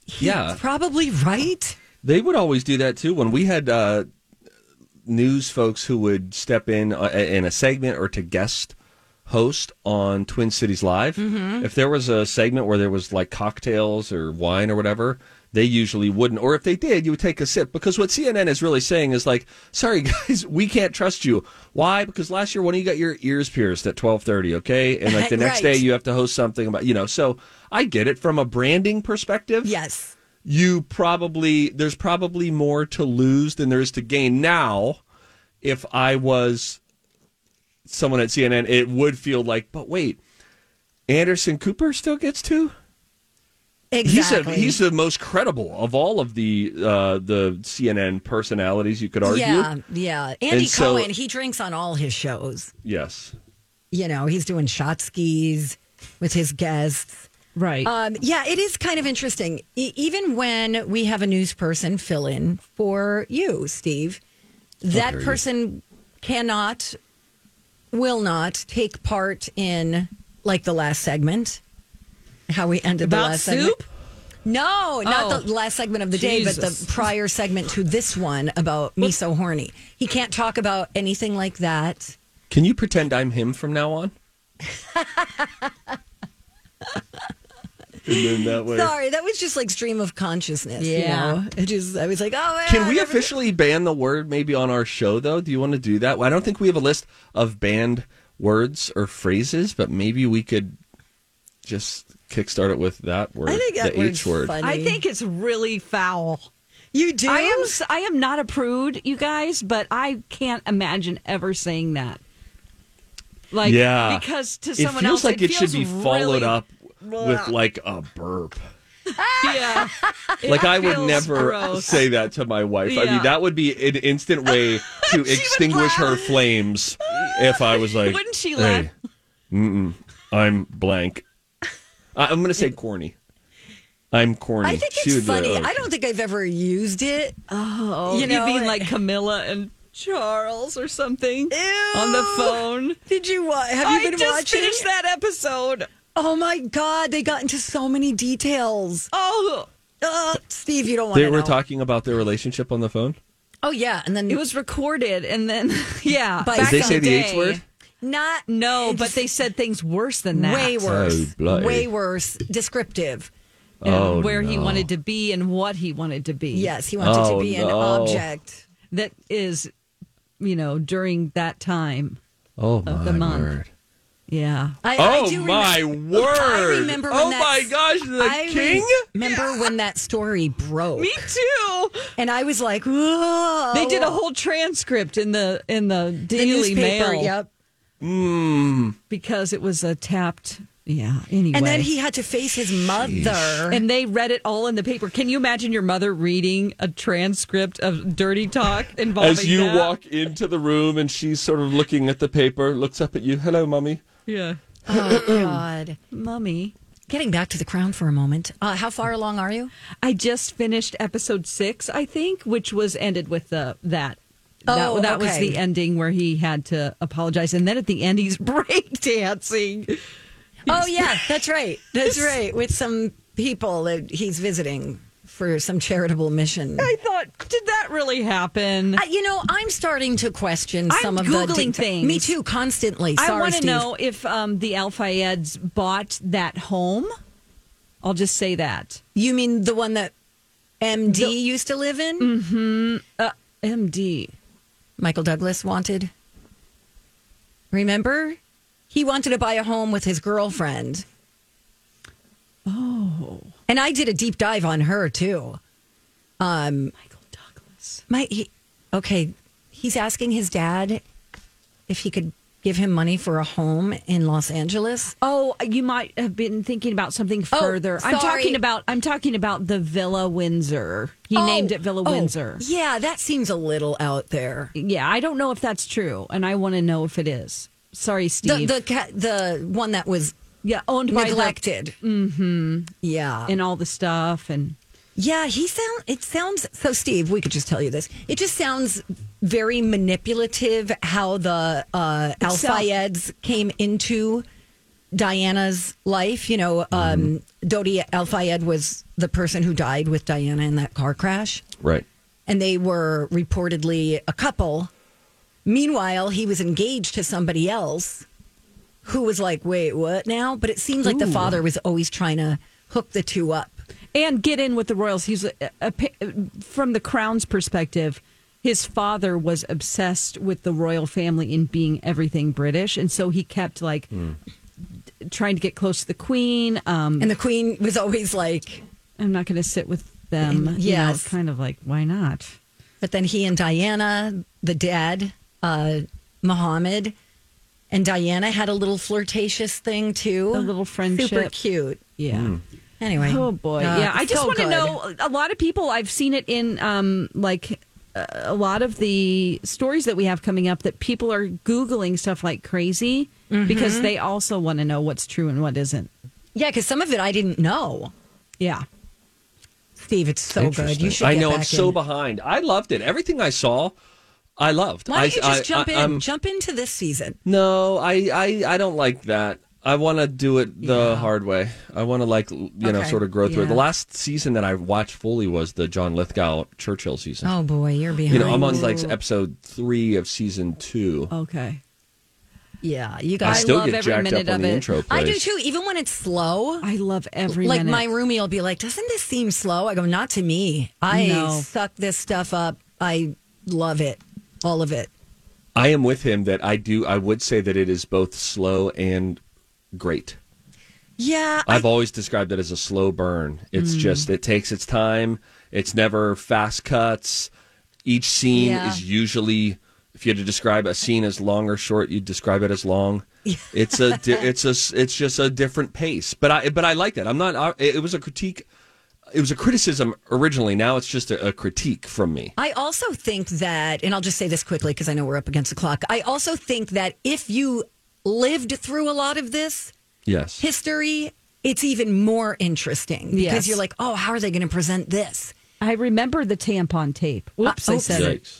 [SPEAKER 1] he's
[SPEAKER 2] Yeah.
[SPEAKER 1] probably right.
[SPEAKER 2] They would always do that too. When we had uh, news folks who would step in uh, in a segment or to guest host on Twin Cities Live, if there was a segment where there was like cocktails or wine or whatever, They usually wouldn't. Or if they did, you would take a sip. Because what CNN is really saying is like, sorry, [LAUGHS] guys, we can't trust you. Why? Because last year, one of you got your ears pierced at 1230, okay? And like the next
[SPEAKER 1] Right.
[SPEAKER 2] day, you have to host something about, you know. So I get it from a branding perspective
[SPEAKER 1] Yes.
[SPEAKER 2] you probably there's probably more to lose than there is to gain now if i was someone at cnn it would feel like but wait anderson cooper still gets two
[SPEAKER 1] Exactly.
[SPEAKER 2] he's a, he's the most credible of all of the uh, the cnn personalities you could argue
[SPEAKER 1] yeah, yeah. Andy
[SPEAKER 2] And so-
[SPEAKER 1] Cohen, he drinks on all his shows.
[SPEAKER 2] yes
[SPEAKER 1] You know, he's doing shot skis with his guests.
[SPEAKER 6] Right.
[SPEAKER 3] Uh,
[SPEAKER 1] Um, yeah, it is kind of interesting. E- even when we have a news person fill in for you, Steve, that person cannot, will not take part in like the last segment, how we ended the
[SPEAKER 6] About
[SPEAKER 1] last
[SPEAKER 6] soup?
[SPEAKER 1] segment. No, not
[SPEAKER 6] Oh.
[SPEAKER 1] the last segment of the day, but
[SPEAKER 6] Jesus.
[SPEAKER 1] the prior segment to this one about me so horny. He can't talk about anything like that.
[SPEAKER 2] can you pretend i'm him from now
[SPEAKER 1] [LAUGHS]
[SPEAKER 2] on and then that way
[SPEAKER 1] Sorry, that was just like stream of consciousness. Yeah,
[SPEAKER 6] Yeah.
[SPEAKER 1] you know? it just I was like, oh,
[SPEAKER 2] Can we
[SPEAKER 1] yeah,
[SPEAKER 2] officially ban the word maybe on our show though? Do you want to do that? I don't think we have a list of banned words or phrases, but maybe we could just kickstart it with that word,
[SPEAKER 1] I think that
[SPEAKER 2] the
[SPEAKER 1] word's
[SPEAKER 2] H word.
[SPEAKER 1] funny.
[SPEAKER 3] I think it's really foul.
[SPEAKER 1] you do.
[SPEAKER 3] I am s- I am not a prude, you guys, but I can't imagine ever saying that. Like
[SPEAKER 2] Yeah,
[SPEAKER 3] because to
[SPEAKER 2] it
[SPEAKER 3] someone
[SPEAKER 2] feels
[SPEAKER 3] else
[SPEAKER 2] like it, should
[SPEAKER 3] feels
[SPEAKER 2] be followed
[SPEAKER 3] really-
[SPEAKER 2] up with like a burp.
[SPEAKER 3] [LAUGHS] Yeah. It
[SPEAKER 2] Like I would
[SPEAKER 3] feels
[SPEAKER 2] never
[SPEAKER 3] gross.
[SPEAKER 2] say that to my wife. I
[SPEAKER 3] Yeah.
[SPEAKER 2] mean, that would be an instant
[SPEAKER 1] [LAUGHS]
[SPEAKER 2] way to extinguish her flames if I was like,
[SPEAKER 3] Wouldn't she laugh?
[SPEAKER 2] Hey, mm-mm, I'm blank. I, I'm going to say corny. I'm corny.
[SPEAKER 1] I think
[SPEAKER 2] She would
[SPEAKER 1] it's
[SPEAKER 2] be like,
[SPEAKER 1] funny.
[SPEAKER 2] "Oh."
[SPEAKER 1] I don't think I've ever used it.
[SPEAKER 3] Oh,
[SPEAKER 1] You
[SPEAKER 3] you
[SPEAKER 1] know,
[SPEAKER 3] mean
[SPEAKER 1] it-
[SPEAKER 3] like Camilla and Charles or something on the
[SPEAKER 1] Ew.
[SPEAKER 3] phone?
[SPEAKER 1] Did you watch? Have you
[SPEAKER 3] I
[SPEAKER 1] been
[SPEAKER 3] just
[SPEAKER 1] watching?
[SPEAKER 3] finished that episode.
[SPEAKER 1] Oh my god, they got into so many details.
[SPEAKER 3] Oh,
[SPEAKER 1] Uh, Steve, you don't want
[SPEAKER 2] They
[SPEAKER 1] to
[SPEAKER 2] were
[SPEAKER 1] know.
[SPEAKER 2] talking about their relationship on the phone.
[SPEAKER 1] oh yeah, and then
[SPEAKER 3] it was recorded, and then [LAUGHS] yeah,
[SPEAKER 1] By-
[SPEAKER 3] back
[SPEAKER 2] Did they
[SPEAKER 3] in
[SPEAKER 2] say the H
[SPEAKER 3] day.
[SPEAKER 2] word?
[SPEAKER 1] not
[SPEAKER 3] No, but they said things worse than that.
[SPEAKER 1] way worse.
[SPEAKER 2] Oh, bloody.
[SPEAKER 1] way worse. Descriptive.
[SPEAKER 3] and
[SPEAKER 2] Oh,
[SPEAKER 3] where he
[SPEAKER 2] no.
[SPEAKER 3] wanted to be and what he wanted to be.
[SPEAKER 1] Yes, he wanted
[SPEAKER 2] Oh,
[SPEAKER 1] to be an
[SPEAKER 2] no.
[SPEAKER 1] object.
[SPEAKER 3] That is, you know, during that time.
[SPEAKER 2] Oh
[SPEAKER 3] Of the my month. word. Yeah.
[SPEAKER 1] I, I
[SPEAKER 2] Oh
[SPEAKER 1] do
[SPEAKER 2] my
[SPEAKER 1] remem-
[SPEAKER 2] word!
[SPEAKER 1] I remember [LAUGHS] when
[SPEAKER 2] oh
[SPEAKER 1] that-
[SPEAKER 2] my gosh, the
[SPEAKER 1] I re-
[SPEAKER 2] king!
[SPEAKER 1] Remember when that story broke?
[SPEAKER 3] Me too.
[SPEAKER 1] And I was like, whoa.
[SPEAKER 3] They did a whole transcript in the in Oh, the
[SPEAKER 1] The
[SPEAKER 3] Daily
[SPEAKER 1] newspaper,
[SPEAKER 3] Mail
[SPEAKER 1] Yep.
[SPEAKER 3] because it was a tapped. Yeah. Anyway.
[SPEAKER 1] And then he had to face his mother. [CLEARS THROAT]
[SPEAKER 3] and they read it all in the paper. Can you imagine your mother reading a transcript of dirty talk [LAUGHS] involving
[SPEAKER 2] As you
[SPEAKER 3] that?
[SPEAKER 2] walk into the room and she's sort of looking at the paper, looks up at you. Hello, mummy.
[SPEAKER 3] Yeah.
[SPEAKER 1] Oh, God.
[SPEAKER 3] Mummy.
[SPEAKER 1] Getting back to the crown for a moment. Uh, how far along are [LAUGHS] you?
[SPEAKER 3] I just finished episode six, I think, which was ended with the that.
[SPEAKER 1] Oh,
[SPEAKER 3] that, that was
[SPEAKER 1] okay.
[SPEAKER 3] the ending where he had to apologize, and then at the end he's [LAUGHS] breakdancing.
[SPEAKER 1] Oh, yeah. That's right. That's right. With some people that he's visiting for some charitable mission.
[SPEAKER 3] I thought, did that really happen?
[SPEAKER 1] Uh, you know, I'm starting to question
[SPEAKER 3] I'm
[SPEAKER 1] some of the
[SPEAKER 3] Googling things.
[SPEAKER 1] Me too, constantly. Sorry,
[SPEAKER 3] I want to
[SPEAKER 1] Steve.
[SPEAKER 3] know if um, the Al Fayeds bought that home. I'll just say that
[SPEAKER 1] You mean the one that MD used to live in?
[SPEAKER 3] MD.
[SPEAKER 1] Michael Douglas wanted. Remember? He wanted to buy a home with his girlfriend. Oh. And I did a deep dive on her too. Um
[SPEAKER 3] Michael Douglas.
[SPEAKER 1] my he, okay, he's asking his dad if he could give him money for a home in Los Angeles.
[SPEAKER 3] Oh, you might have been thinking about something
[SPEAKER 1] Oh,
[SPEAKER 3] further. I'm
[SPEAKER 1] sorry.
[SPEAKER 3] talking about I'm talking about the Villa Windsor. He
[SPEAKER 1] Oh,
[SPEAKER 3] named it Villa
[SPEAKER 1] oh,
[SPEAKER 3] Windsor.
[SPEAKER 1] Yeah, that seems a little out there.
[SPEAKER 3] Yeah, I don't know if that's true, and I want to know if it is. Sorry,
[SPEAKER 1] The,
[SPEAKER 3] Steve.
[SPEAKER 1] the ca- the one that was
[SPEAKER 3] yeah, owned by the,
[SPEAKER 1] neglected. Mm-hmm. Yeah.
[SPEAKER 3] and all the stuff, and
[SPEAKER 1] Yeah, he sound it sounds so Steve, we could just tell you this. It just sounds very manipulative how the uh Al
[SPEAKER 3] It's self-
[SPEAKER 1] Fayeds came into Diana's life, you know, um Dodi Al Fayed was the person who died with Diana in that car crash
[SPEAKER 2] Right.
[SPEAKER 1] and they were reportedly a couple. Meanwhile, he was engaged to somebody else who was like, "Wait, what now?" But it seems like the father was always trying to hook the two up.
[SPEAKER 3] and get in with the royals. He's a, a, a- from the crown's perspective. His father was obsessed with the royal family and being everything British, and so he kept like t- trying to get close to the queen. Um,
[SPEAKER 1] And the queen was always like,
[SPEAKER 3] I'm not going to sit with them.
[SPEAKER 1] And-
[SPEAKER 3] you know,
[SPEAKER 1] yes.
[SPEAKER 3] kind of like why not?
[SPEAKER 1] but then he and Diana, the dad, uh, Muhammad, and Diana had a little flirtatious thing too.
[SPEAKER 3] A little friendship.
[SPEAKER 1] Super cute.
[SPEAKER 3] Yeah.
[SPEAKER 1] Anyway.
[SPEAKER 3] Oh boy.
[SPEAKER 1] Uh,
[SPEAKER 3] yeah. I just
[SPEAKER 1] so
[SPEAKER 3] want to
[SPEAKER 1] good.
[SPEAKER 3] know. A lot of people. I've seen it in um like uh, a lot of the stories that we have coming up that people are googling stuff like crazy
[SPEAKER 1] Mm-hmm.
[SPEAKER 3] because they also want to know what's true and what isn't.
[SPEAKER 1] Yeah, because some of it I didn't know.
[SPEAKER 3] Yeah.
[SPEAKER 1] Steve, it's so good. Oh, You
[SPEAKER 2] Interesting.
[SPEAKER 1] should.
[SPEAKER 2] I
[SPEAKER 1] get
[SPEAKER 2] know
[SPEAKER 1] back
[SPEAKER 2] I'm so
[SPEAKER 1] in.
[SPEAKER 2] behind. I loved it. Everything I saw, I loved.
[SPEAKER 1] Why
[SPEAKER 2] I,
[SPEAKER 1] don't you just
[SPEAKER 2] I-
[SPEAKER 1] jump
[SPEAKER 2] I-
[SPEAKER 1] in?
[SPEAKER 2] I'm-
[SPEAKER 1] jump into this season.
[SPEAKER 2] No, I, I, I don't like that. I want to do it the hard way. I want to like you know
[SPEAKER 1] Okay.
[SPEAKER 2] sort of grow through it. The
[SPEAKER 3] Yeah.
[SPEAKER 2] last season that I watched fully was the John Lithgow Churchill season.
[SPEAKER 1] Oh boy, you're behind.
[SPEAKER 2] you know, I'm on like episode three of season
[SPEAKER 1] Oh,
[SPEAKER 2] two.
[SPEAKER 3] Okay.
[SPEAKER 1] yeah, you
[SPEAKER 2] I
[SPEAKER 1] guys.
[SPEAKER 2] still
[SPEAKER 3] love
[SPEAKER 2] get
[SPEAKER 3] every
[SPEAKER 2] jacked up
[SPEAKER 3] minute
[SPEAKER 2] on
[SPEAKER 3] of
[SPEAKER 2] the
[SPEAKER 3] it.
[SPEAKER 2] intro. Plays.
[SPEAKER 1] I do too. Even when it's slow,
[SPEAKER 3] I love every
[SPEAKER 1] like
[SPEAKER 3] minute.
[SPEAKER 1] my roomie will be like, "Doesn't this seem slow?" I go, "Not to me. I
[SPEAKER 3] No.
[SPEAKER 1] suck this stuff up. I love it, all of it."
[SPEAKER 2] I am with him that I do. I would say that it is both slow and great.
[SPEAKER 1] Yeah, I, Mm.
[SPEAKER 2] I've always described it as a slow burn. It's just it takes its time. It's never fast cuts. Each scene
[SPEAKER 1] Yeah.
[SPEAKER 2] is usually, if you had to describe a scene as long or short, you'd describe it as long. It's a di- it's a s- it's just a different pace. But I but I like that. I'm not. I, it was a critique. It was a criticism originally. Now it's just a, a critique from me.
[SPEAKER 1] I also think that, and I'll just say this quickly because I know we're up against the clock. I also think that if you lived through a lot of this,
[SPEAKER 2] Yes.
[SPEAKER 1] history, it's even more interesting because
[SPEAKER 3] Yes.
[SPEAKER 1] you're like, oh, how are they going to present this?
[SPEAKER 3] I remember the tampon tape. Oops, I
[SPEAKER 1] Uh, oops.
[SPEAKER 3] said it.
[SPEAKER 2] Yikes.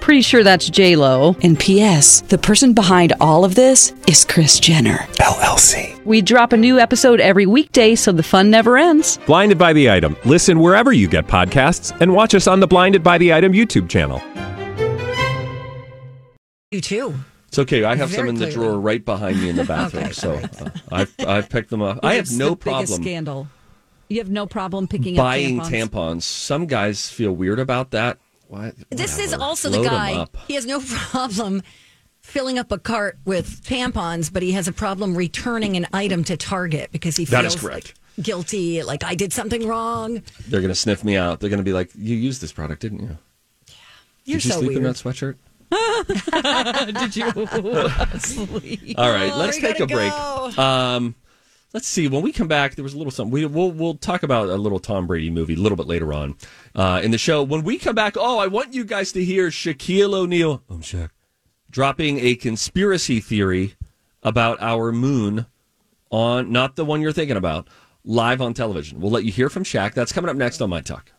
[SPEAKER 3] Pretty sure that's J Lo.
[SPEAKER 7] And P.S. The person behind all of this is Chris Jenner.
[SPEAKER 8] LLC.
[SPEAKER 3] We drop a new episode every weekday, so the fun never ends.
[SPEAKER 8] Blinded by the item. Listen wherever you get podcasts, and watch us on the Blinded by the Item YouTube channel.
[SPEAKER 1] You too.
[SPEAKER 2] It's okay. I have
[SPEAKER 1] Very
[SPEAKER 2] some in the
[SPEAKER 1] clearly.
[SPEAKER 2] drawer right behind me in the
[SPEAKER 1] [LAUGHS]
[SPEAKER 2] bathroom,
[SPEAKER 1] Okay.
[SPEAKER 2] so uh, I've I've picked them up. I have
[SPEAKER 3] It's
[SPEAKER 2] no
[SPEAKER 3] the biggest
[SPEAKER 2] problem.
[SPEAKER 3] Scandal. You have no problem picking
[SPEAKER 2] buying
[SPEAKER 3] up
[SPEAKER 2] tampons.
[SPEAKER 3] tampons.
[SPEAKER 2] Some guys feel weird about that. What?
[SPEAKER 1] This is
[SPEAKER 2] Whatever.
[SPEAKER 1] also
[SPEAKER 2] Load
[SPEAKER 1] the
[SPEAKER 2] 'em
[SPEAKER 1] guy.
[SPEAKER 2] up.
[SPEAKER 1] He has no [LAUGHS] problem filling up a cart with tampons, but he has a problem returning an item to Target because he feels
[SPEAKER 2] That is correct.
[SPEAKER 1] Like, guilty. Like I did something wrong.
[SPEAKER 2] They're gonna sniff me out. They're gonna be like, "You used this product, didn't you?
[SPEAKER 1] You're
[SPEAKER 2] Did you
[SPEAKER 1] so
[SPEAKER 2] sleep
[SPEAKER 1] weird.
[SPEAKER 2] in that sweatshirt?" [LAUGHS]
[SPEAKER 3] Did you?
[SPEAKER 2] All right, let's
[SPEAKER 1] we
[SPEAKER 2] take a
[SPEAKER 1] gotta
[SPEAKER 2] break.
[SPEAKER 1] go.
[SPEAKER 2] Um, let's see. When we come back, there was a little something. We, we'll we'll talk about a little Tom Brady movie a little bit later on uh, in the show. When we come back, oh, I want you guys to hear Shaquille O'Neal. I'm Shaq. Dropping a conspiracy theory about our moon on not the one you're thinking about live on television. We'll let you hear from Shaq. That's coming up next on My Talk.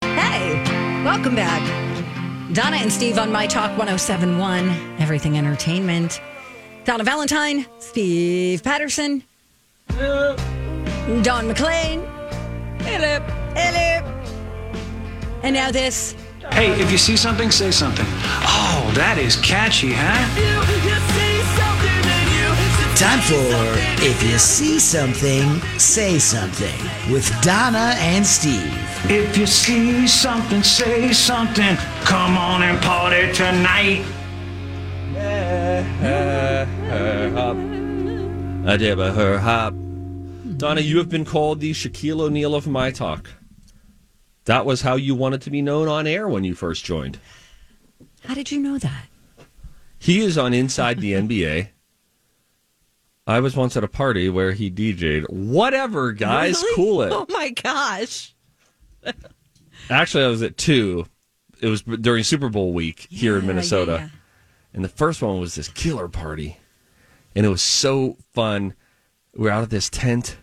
[SPEAKER 1] Hey, welcome back. Donna and Steve on My Talk 1071, Everything Entertainment. Donna Valentine, Steve Patterson, Don McLean, Philip, Philip. And now this.
[SPEAKER 9] Hey, if you see something, say something. Oh, that is catchy, huh?
[SPEAKER 10] Time for If You See Something, Say Something with Donna and Steve.
[SPEAKER 9] If you see something, say something. Come on and party tonight.
[SPEAKER 2] I did a her hop. Donna, you have been called the Shaquille O'Neal of My Talk. That was how you wanted to be known on air when you first joined.
[SPEAKER 1] How did you know that?
[SPEAKER 2] He is on Inside the NBA. I was once at a party where he DJ'd. Whatever, guys, cool it.
[SPEAKER 11] Oh my gosh.
[SPEAKER 2] Actually, I was at two. It was during Super Bowl week here in Minnesota.
[SPEAKER 1] yeah.
[SPEAKER 2] And the first one was this killer party. And it was so fun. We were out at this tent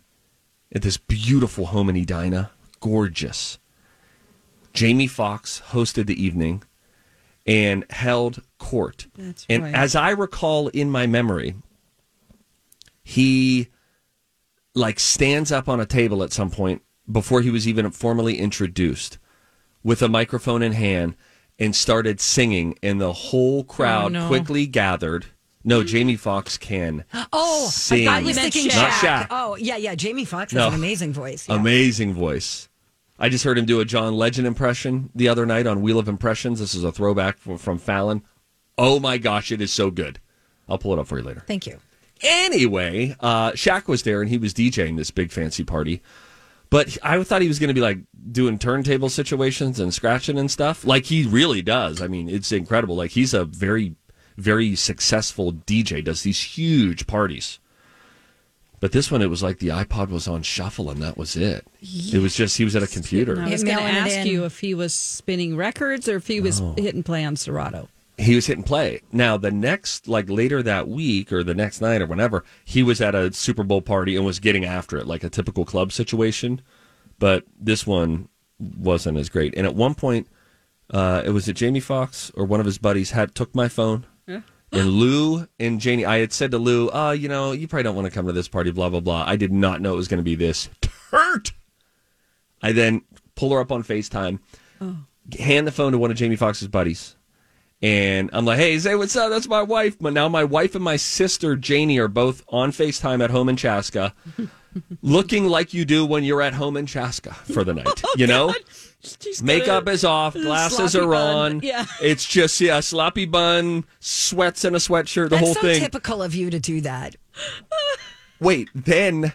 [SPEAKER 2] at this beautiful home in Edina. Gorgeous. Jamie Foxx hosted the evening and held court.
[SPEAKER 11] That's
[SPEAKER 2] and
[SPEAKER 11] right.
[SPEAKER 2] as I recall in my memory, he like stands up on a table at some point before he was even formally introduced with a microphone in hand and started singing and the
[SPEAKER 1] Oh,
[SPEAKER 2] whole crowd
[SPEAKER 12] no.
[SPEAKER 2] quickly gathered no jamie foxx can
[SPEAKER 1] Hmm? [GASPS] Oh,
[SPEAKER 2] sing
[SPEAKER 1] I, thought you was thinking
[SPEAKER 2] not
[SPEAKER 1] Shaq.
[SPEAKER 2] Shaq.
[SPEAKER 1] Oh, yeah, yeah. Jamie Foxx
[SPEAKER 2] No. Um,
[SPEAKER 1] has an amazing voice.
[SPEAKER 2] Amazing voice. I just heard him do a John Legend impression the other night on Wheel of Impressions. This is a throwback from, from Fallon. Oh my gosh, it is so good. I'll pull it up for you later.
[SPEAKER 1] Thank you.
[SPEAKER 2] Anyway, uh, Shaq was there and he was DJing this big fancy party. But I thought he was going to be like doing turntable situations and scratching and stuff. Like he really does. I mean, it's incredible. Like he's a very, very successful DJ, does these huge parties. But this one, it was like the iPod was on shuffle and that was it. It was just, he was at a computer.
[SPEAKER 3] I was
[SPEAKER 1] Hit
[SPEAKER 3] going to
[SPEAKER 1] mailing it
[SPEAKER 3] ask
[SPEAKER 1] in.
[SPEAKER 3] you if he was spinning records or if he
[SPEAKER 2] Oh.
[SPEAKER 3] was hitting play on Serato.
[SPEAKER 2] he was hitting play. Now the next, like later that week or the next night or whenever, he was at a Super Bowl party and was getting after it, like a typical club situation. But this one wasn't as great. And at one point, uh, it was that Jamie Foxx or one of his buddies had took my phone.
[SPEAKER 3] Yeah.
[SPEAKER 2] And Lou and Janie, I had said to Lou, uh, you know, you probably don't want to come to this party, blah, blah, blah. I did not know it was going to be this. Hurt! I then pull her up on FaceTime hand the phone to one of Jamie Foxx's buddies. And I'm like, hey, say what's up? That's my wife. But now my wife and my sister Janie are both on FaceTime at home in Chaska, looking like you do when you're at home in Chaska for the night. you know, makeup is off, glasses
[SPEAKER 3] sloppy
[SPEAKER 2] are
[SPEAKER 3] bun.
[SPEAKER 2] on.
[SPEAKER 3] Yeah.
[SPEAKER 2] it's just yeah, sloppy bun, sweats and a sweatshirt, the
[SPEAKER 1] That's
[SPEAKER 2] whole
[SPEAKER 1] so
[SPEAKER 2] thing.
[SPEAKER 1] typical of you to do that.
[SPEAKER 2] Wait, then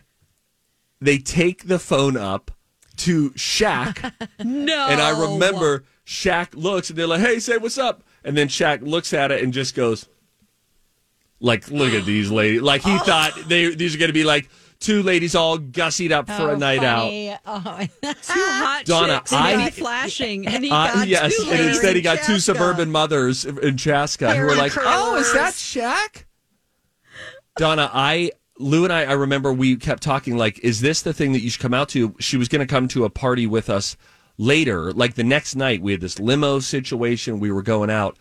[SPEAKER 2] they take the phone up to Shaq.
[SPEAKER 3] No.
[SPEAKER 2] And I remember Shaq looks and they're like, hey, say what's up. And then Shaq looks at it and just goes, like, look at these ladies. Like,
[SPEAKER 3] [GASPS] Oh.
[SPEAKER 2] he thought they these are going to be like two ladies all gussied up for a night out.
[SPEAKER 1] Oh.
[SPEAKER 3] two hot
[SPEAKER 2] Donna,
[SPEAKER 3] chicks and
[SPEAKER 2] I-
[SPEAKER 3] he flashing, and he
[SPEAKER 2] Uh,
[SPEAKER 3] got
[SPEAKER 2] yes,
[SPEAKER 3] two
[SPEAKER 2] and
[SPEAKER 3] ladies
[SPEAKER 2] instead he
[SPEAKER 3] in
[SPEAKER 2] got two
[SPEAKER 3] Chaska.
[SPEAKER 2] suburban mothers in Chaska who were like, "Oh, is that Shaq?" Donna, I Lou and I, I remember we kept talking like, is this the thing that you should come out to? She was going to come to a party with us later, like the next night. We had this limo situation. We were going out,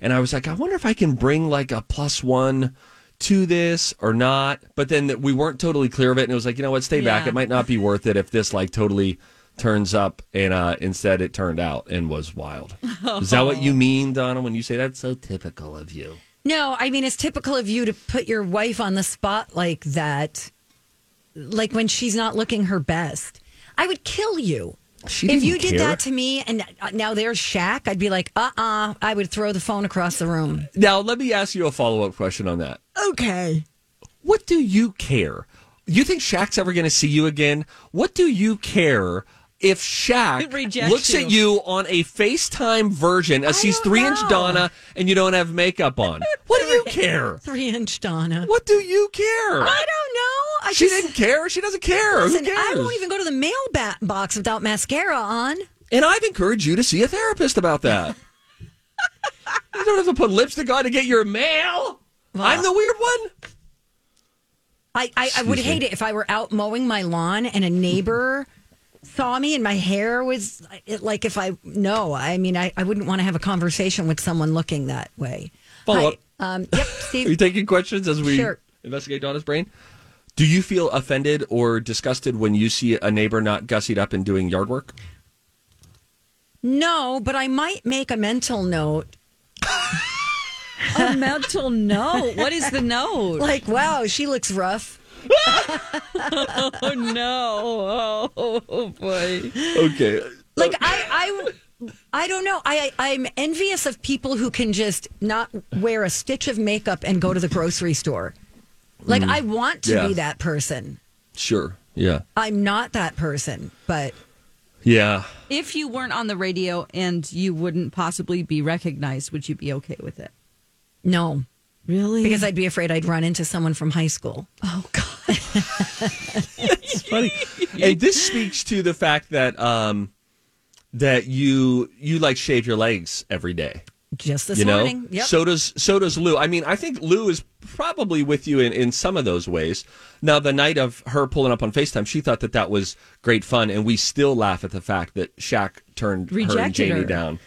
[SPEAKER 2] and I was like, I wonder if I can bring like a plus one to this or not. But then we weren't totally clear of it, and it was like, you know what, stay back.
[SPEAKER 3] Yeah.
[SPEAKER 2] It might not be worth it if this like totally turns up and uh instead it turned out and was wild is that [LAUGHS] what you mean donna when you say that's so typical of you
[SPEAKER 1] No, I mean it's typical of you to put your wife on the spot like that, like when she's not looking her best. I would kill you.
[SPEAKER 2] She
[SPEAKER 1] if
[SPEAKER 2] didn't
[SPEAKER 1] you did
[SPEAKER 2] care.
[SPEAKER 1] that to me, and uh, now there's Shaq, I'd be like, uh, uh I would throw the phone across the room.
[SPEAKER 2] Now, let me ask you a follow up question on that.
[SPEAKER 1] Okay.
[SPEAKER 2] What do you care? You think Shaq's ever going to see you again? What do you care if Shaq
[SPEAKER 3] It rejects
[SPEAKER 2] looks
[SPEAKER 3] you.
[SPEAKER 2] at you on a FaceTime version as he's three inch Donna and you don't have makeup on?
[SPEAKER 1] [LAUGHS]
[SPEAKER 2] What do you care?
[SPEAKER 1] Three inch Donna.
[SPEAKER 2] What do you care?
[SPEAKER 1] I don't know. I
[SPEAKER 2] she
[SPEAKER 1] just,
[SPEAKER 2] didn't care. She doesn't care.
[SPEAKER 1] Listen,
[SPEAKER 2] Who
[SPEAKER 1] I
[SPEAKER 2] cares?
[SPEAKER 1] won't even go to the mail ba- box without mascara on.
[SPEAKER 2] and I've encouraged you to see a therapist
[SPEAKER 1] [LAUGHS]
[SPEAKER 2] about that. you don't have to put lipstick on to get your mail. I'm the weird one.
[SPEAKER 1] I, I, I would
[SPEAKER 2] Excuse me.
[SPEAKER 1] hate it if I were out mowing my lawn and a neighbor saw me and my hair was it, like if I no, I mean I, I wouldn't want to have a conversation with someone looking that way.
[SPEAKER 2] Follow
[SPEAKER 1] Hi,
[SPEAKER 2] up.
[SPEAKER 1] Um,
[SPEAKER 2] [LAUGHS]
[SPEAKER 1] yep,
[SPEAKER 2] Are you
[SPEAKER 1] Steve.
[SPEAKER 2] taking questions as we
[SPEAKER 1] Sure.
[SPEAKER 2] investigate Donna's brain? Do you feel offended or disgusted when you see a neighbor not gussied up and doing yard work?
[SPEAKER 1] no, but I might make a mental note
[SPEAKER 3] a mental note. What is the note?
[SPEAKER 1] like, wow, she looks rough.
[SPEAKER 3] [LAUGHS] oh no! Oh, oh, boy!
[SPEAKER 2] Okay.
[SPEAKER 1] Like I I I don't know. I I'm envious of people who can just not wear a stitch of makeup and go to the grocery store. Like I want to
[SPEAKER 2] Mm. Yeah.
[SPEAKER 1] be that person.
[SPEAKER 2] Sure. Yeah.
[SPEAKER 1] I'm not that person, but
[SPEAKER 2] Yeah.
[SPEAKER 3] If you weren't on the radio and you wouldn't possibly be recognized, would you be okay with it?
[SPEAKER 1] no,
[SPEAKER 3] Really?
[SPEAKER 1] because I'd be afraid I'd run into someone from high school.
[SPEAKER 3] oh god!
[SPEAKER 1] [LAUGHS]
[SPEAKER 2] It's funny. and this speaks to the fact that um that you you like shave your legs every day.
[SPEAKER 1] Just this
[SPEAKER 2] you know?
[SPEAKER 1] morning. Yep.
[SPEAKER 2] So does so does Lou. I mean, I think Lou is probably with you in, in some of those ways. Now, the night of her pulling up on Facetime, she thought that that was great fun, and we still laugh at the fact that Shaq turned her and
[SPEAKER 3] Rejected
[SPEAKER 2] Janie
[SPEAKER 1] [LAUGHS]
[SPEAKER 3] her.
[SPEAKER 2] down.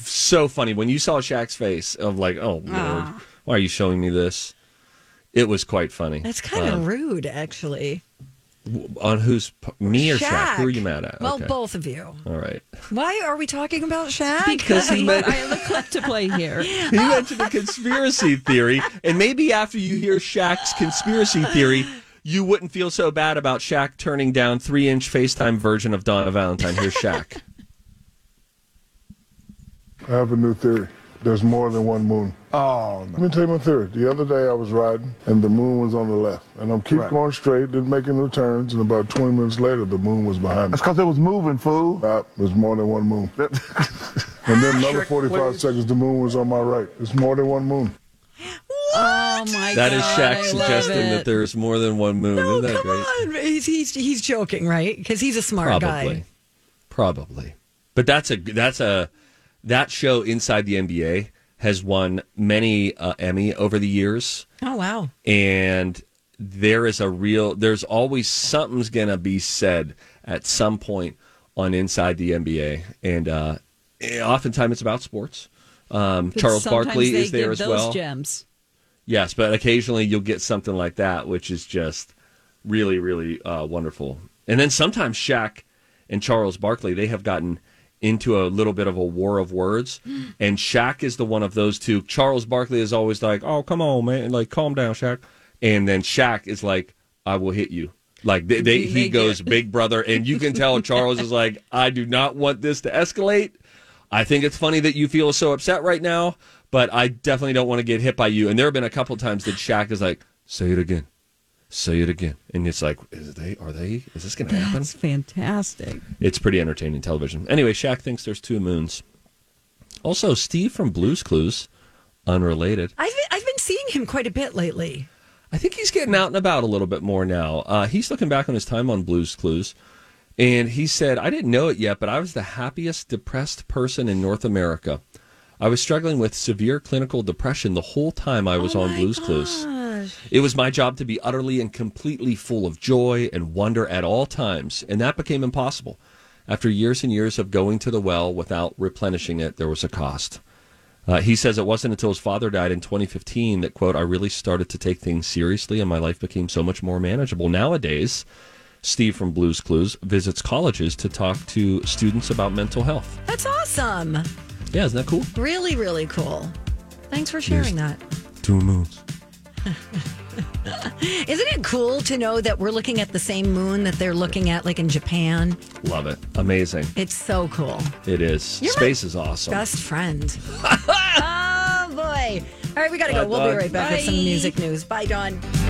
[SPEAKER 2] so funny when you saw Shaq's face of like, oh
[SPEAKER 1] Ah.
[SPEAKER 2] lord, why are you showing me this? It was quite funny.
[SPEAKER 1] That's kind of rude, actually.
[SPEAKER 2] W- On whose p- me or Shaq? Who are you mad at?
[SPEAKER 1] Well,
[SPEAKER 2] Okay.
[SPEAKER 1] both of you.
[SPEAKER 2] All right.
[SPEAKER 1] Why are we talking about Shaq? [LAUGHS]
[SPEAKER 2] Because he meant-
[SPEAKER 1] I look clip to play here.
[SPEAKER 2] He went to the conspiracy theory, and maybe after you hear Shaq's conspiracy theory, you wouldn't feel so bad about Shaq turning down three-inch FaceTime version of Donna Valentine. Here's Shaq.
[SPEAKER 12] I have a new theory. There's more than one moon. Oh, Let me tell you my theory. The other day I was riding and the moon was on the left. And I'm keep
[SPEAKER 13] Right.
[SPEAKER 12] going straight, didn't make any turns, and about 20 minutes later the moon was behind me. That's because it was moving, fool. there's more than one moon. and then another 45 seconds the moon was on my right. There's more than one moon.
[SPEAKER 1] Oh my
[SPEAKER 2] That is
[SPEAKER 1] God, I
[SPEAKER 2] Shaq
[SPEAKER 1] love
[SPEAKER 2] suggesting
[SPEAKER 1] it.
[SPEAKER 2] that there's more than one moon. Isn't that great?
[SPEAKER 1] He's, he's, he's joking, right? Because he's a smart guy.
[SPEAKER 2] Probably. Probably. But that's a that's a that show inside the NBA has won many uh, Emmy over the years.
[SPEAKER 1] Oh wow.
[SPEAKER 2] and there is a real there's always something's gonna be said at some point on inside the nba and uh eh, oftentimes it's about sports um
[SPEAKER 5] But
[SPEAKER 2] charles
[SPEAKER 5] sometimes
[SPEAKER 2] barkley
[SPEAKER 5] they
[SPEAKER 2] is there
[SPEAKER 5] give
[SPEAKER 2] as
[SPEAKER 5] those
[SPEAKER 2] well
[SPEAKER 5] Gems.
[SPEAKER 2] yes but occasionally you'll get something like that which is just really really uh wonderful and then sometimes Shaq and charles barkley they have gotten into a little bit of a war of words and Shaq is the one of those two charles barkley is always like oh come on man like calm down Shaq and then Shaq is like, "I will hit you." Like they, they he goes big brother, and you can tell Charles is like, "I do not want this to escalate. I think it's funny that you feel so upset right now, but I definitely don't want to get hit by you." And there have been a couple times that Shaq is like, "Say it again, say it again," and it's like, "Is they are they? Is this going to happen?"
[SPEAKER 5] That's fantastic.
[SPEAKER 2] It's pretty entertaining television. Anyway, Shaq thinks there's two moons. Also, Steve from Blue's Clues, unrelated.
[SPEAKER 1] I've been, I've been seeing him quite a bit lately.
[SPEAKER 2] I think he's getting out and about a little bit more now. Uh, he's looking back on his time on Blues Clues, and he said, "I didn't know it yet, but I was the happiest depressed person in North America. I was struggling with severe clinical depression the whole time I was on Blues Clues. It was my job to be utterly and completely full of joy and wonder at all times, and that became impossible. After years and years of going to the well without replenishing it, there was a cost." Uh, he says it wasn't until his father died in 2015 that, quote, I really started to take things seriously and my life became so much more manageable. Nowadays, Steve from Blues Clues visits colleges to talk to students about mental health.
[SPEAKER 1] That's awesome.
[SPEAKER 2] Yeah, isn't that cool?
[SPEAKER 1] Really, really cool. Thanks for sharing that.
[SPEAKER 2] Two moons.
[SPEAKER 1] Isn't it cool to know that we're looking at the same moon that they're looking at, like in Japan?
[SPEAKER 2] Love it. Amazing.
[SPEAKER 1] It's so cool.
[SPEAKER 2] It is.
[SPEAKER 1] You're my
[SPEAKER 2] Space is awesome.
[SPEAKER 1] Best friend.
[SPEAKER 2] [LAUGHS]
[SPEAKER 1] oh boy! All right, we gotta
[SPEAKER 2] Bye,
[SPEAKER 1] go. We'll
[SPEAKER 2] Dawn.
[SPEAKER 1] be right back with some
[SPEAKER 2] Bye.
[SPEAKER 1] music news. Bye, Dawn.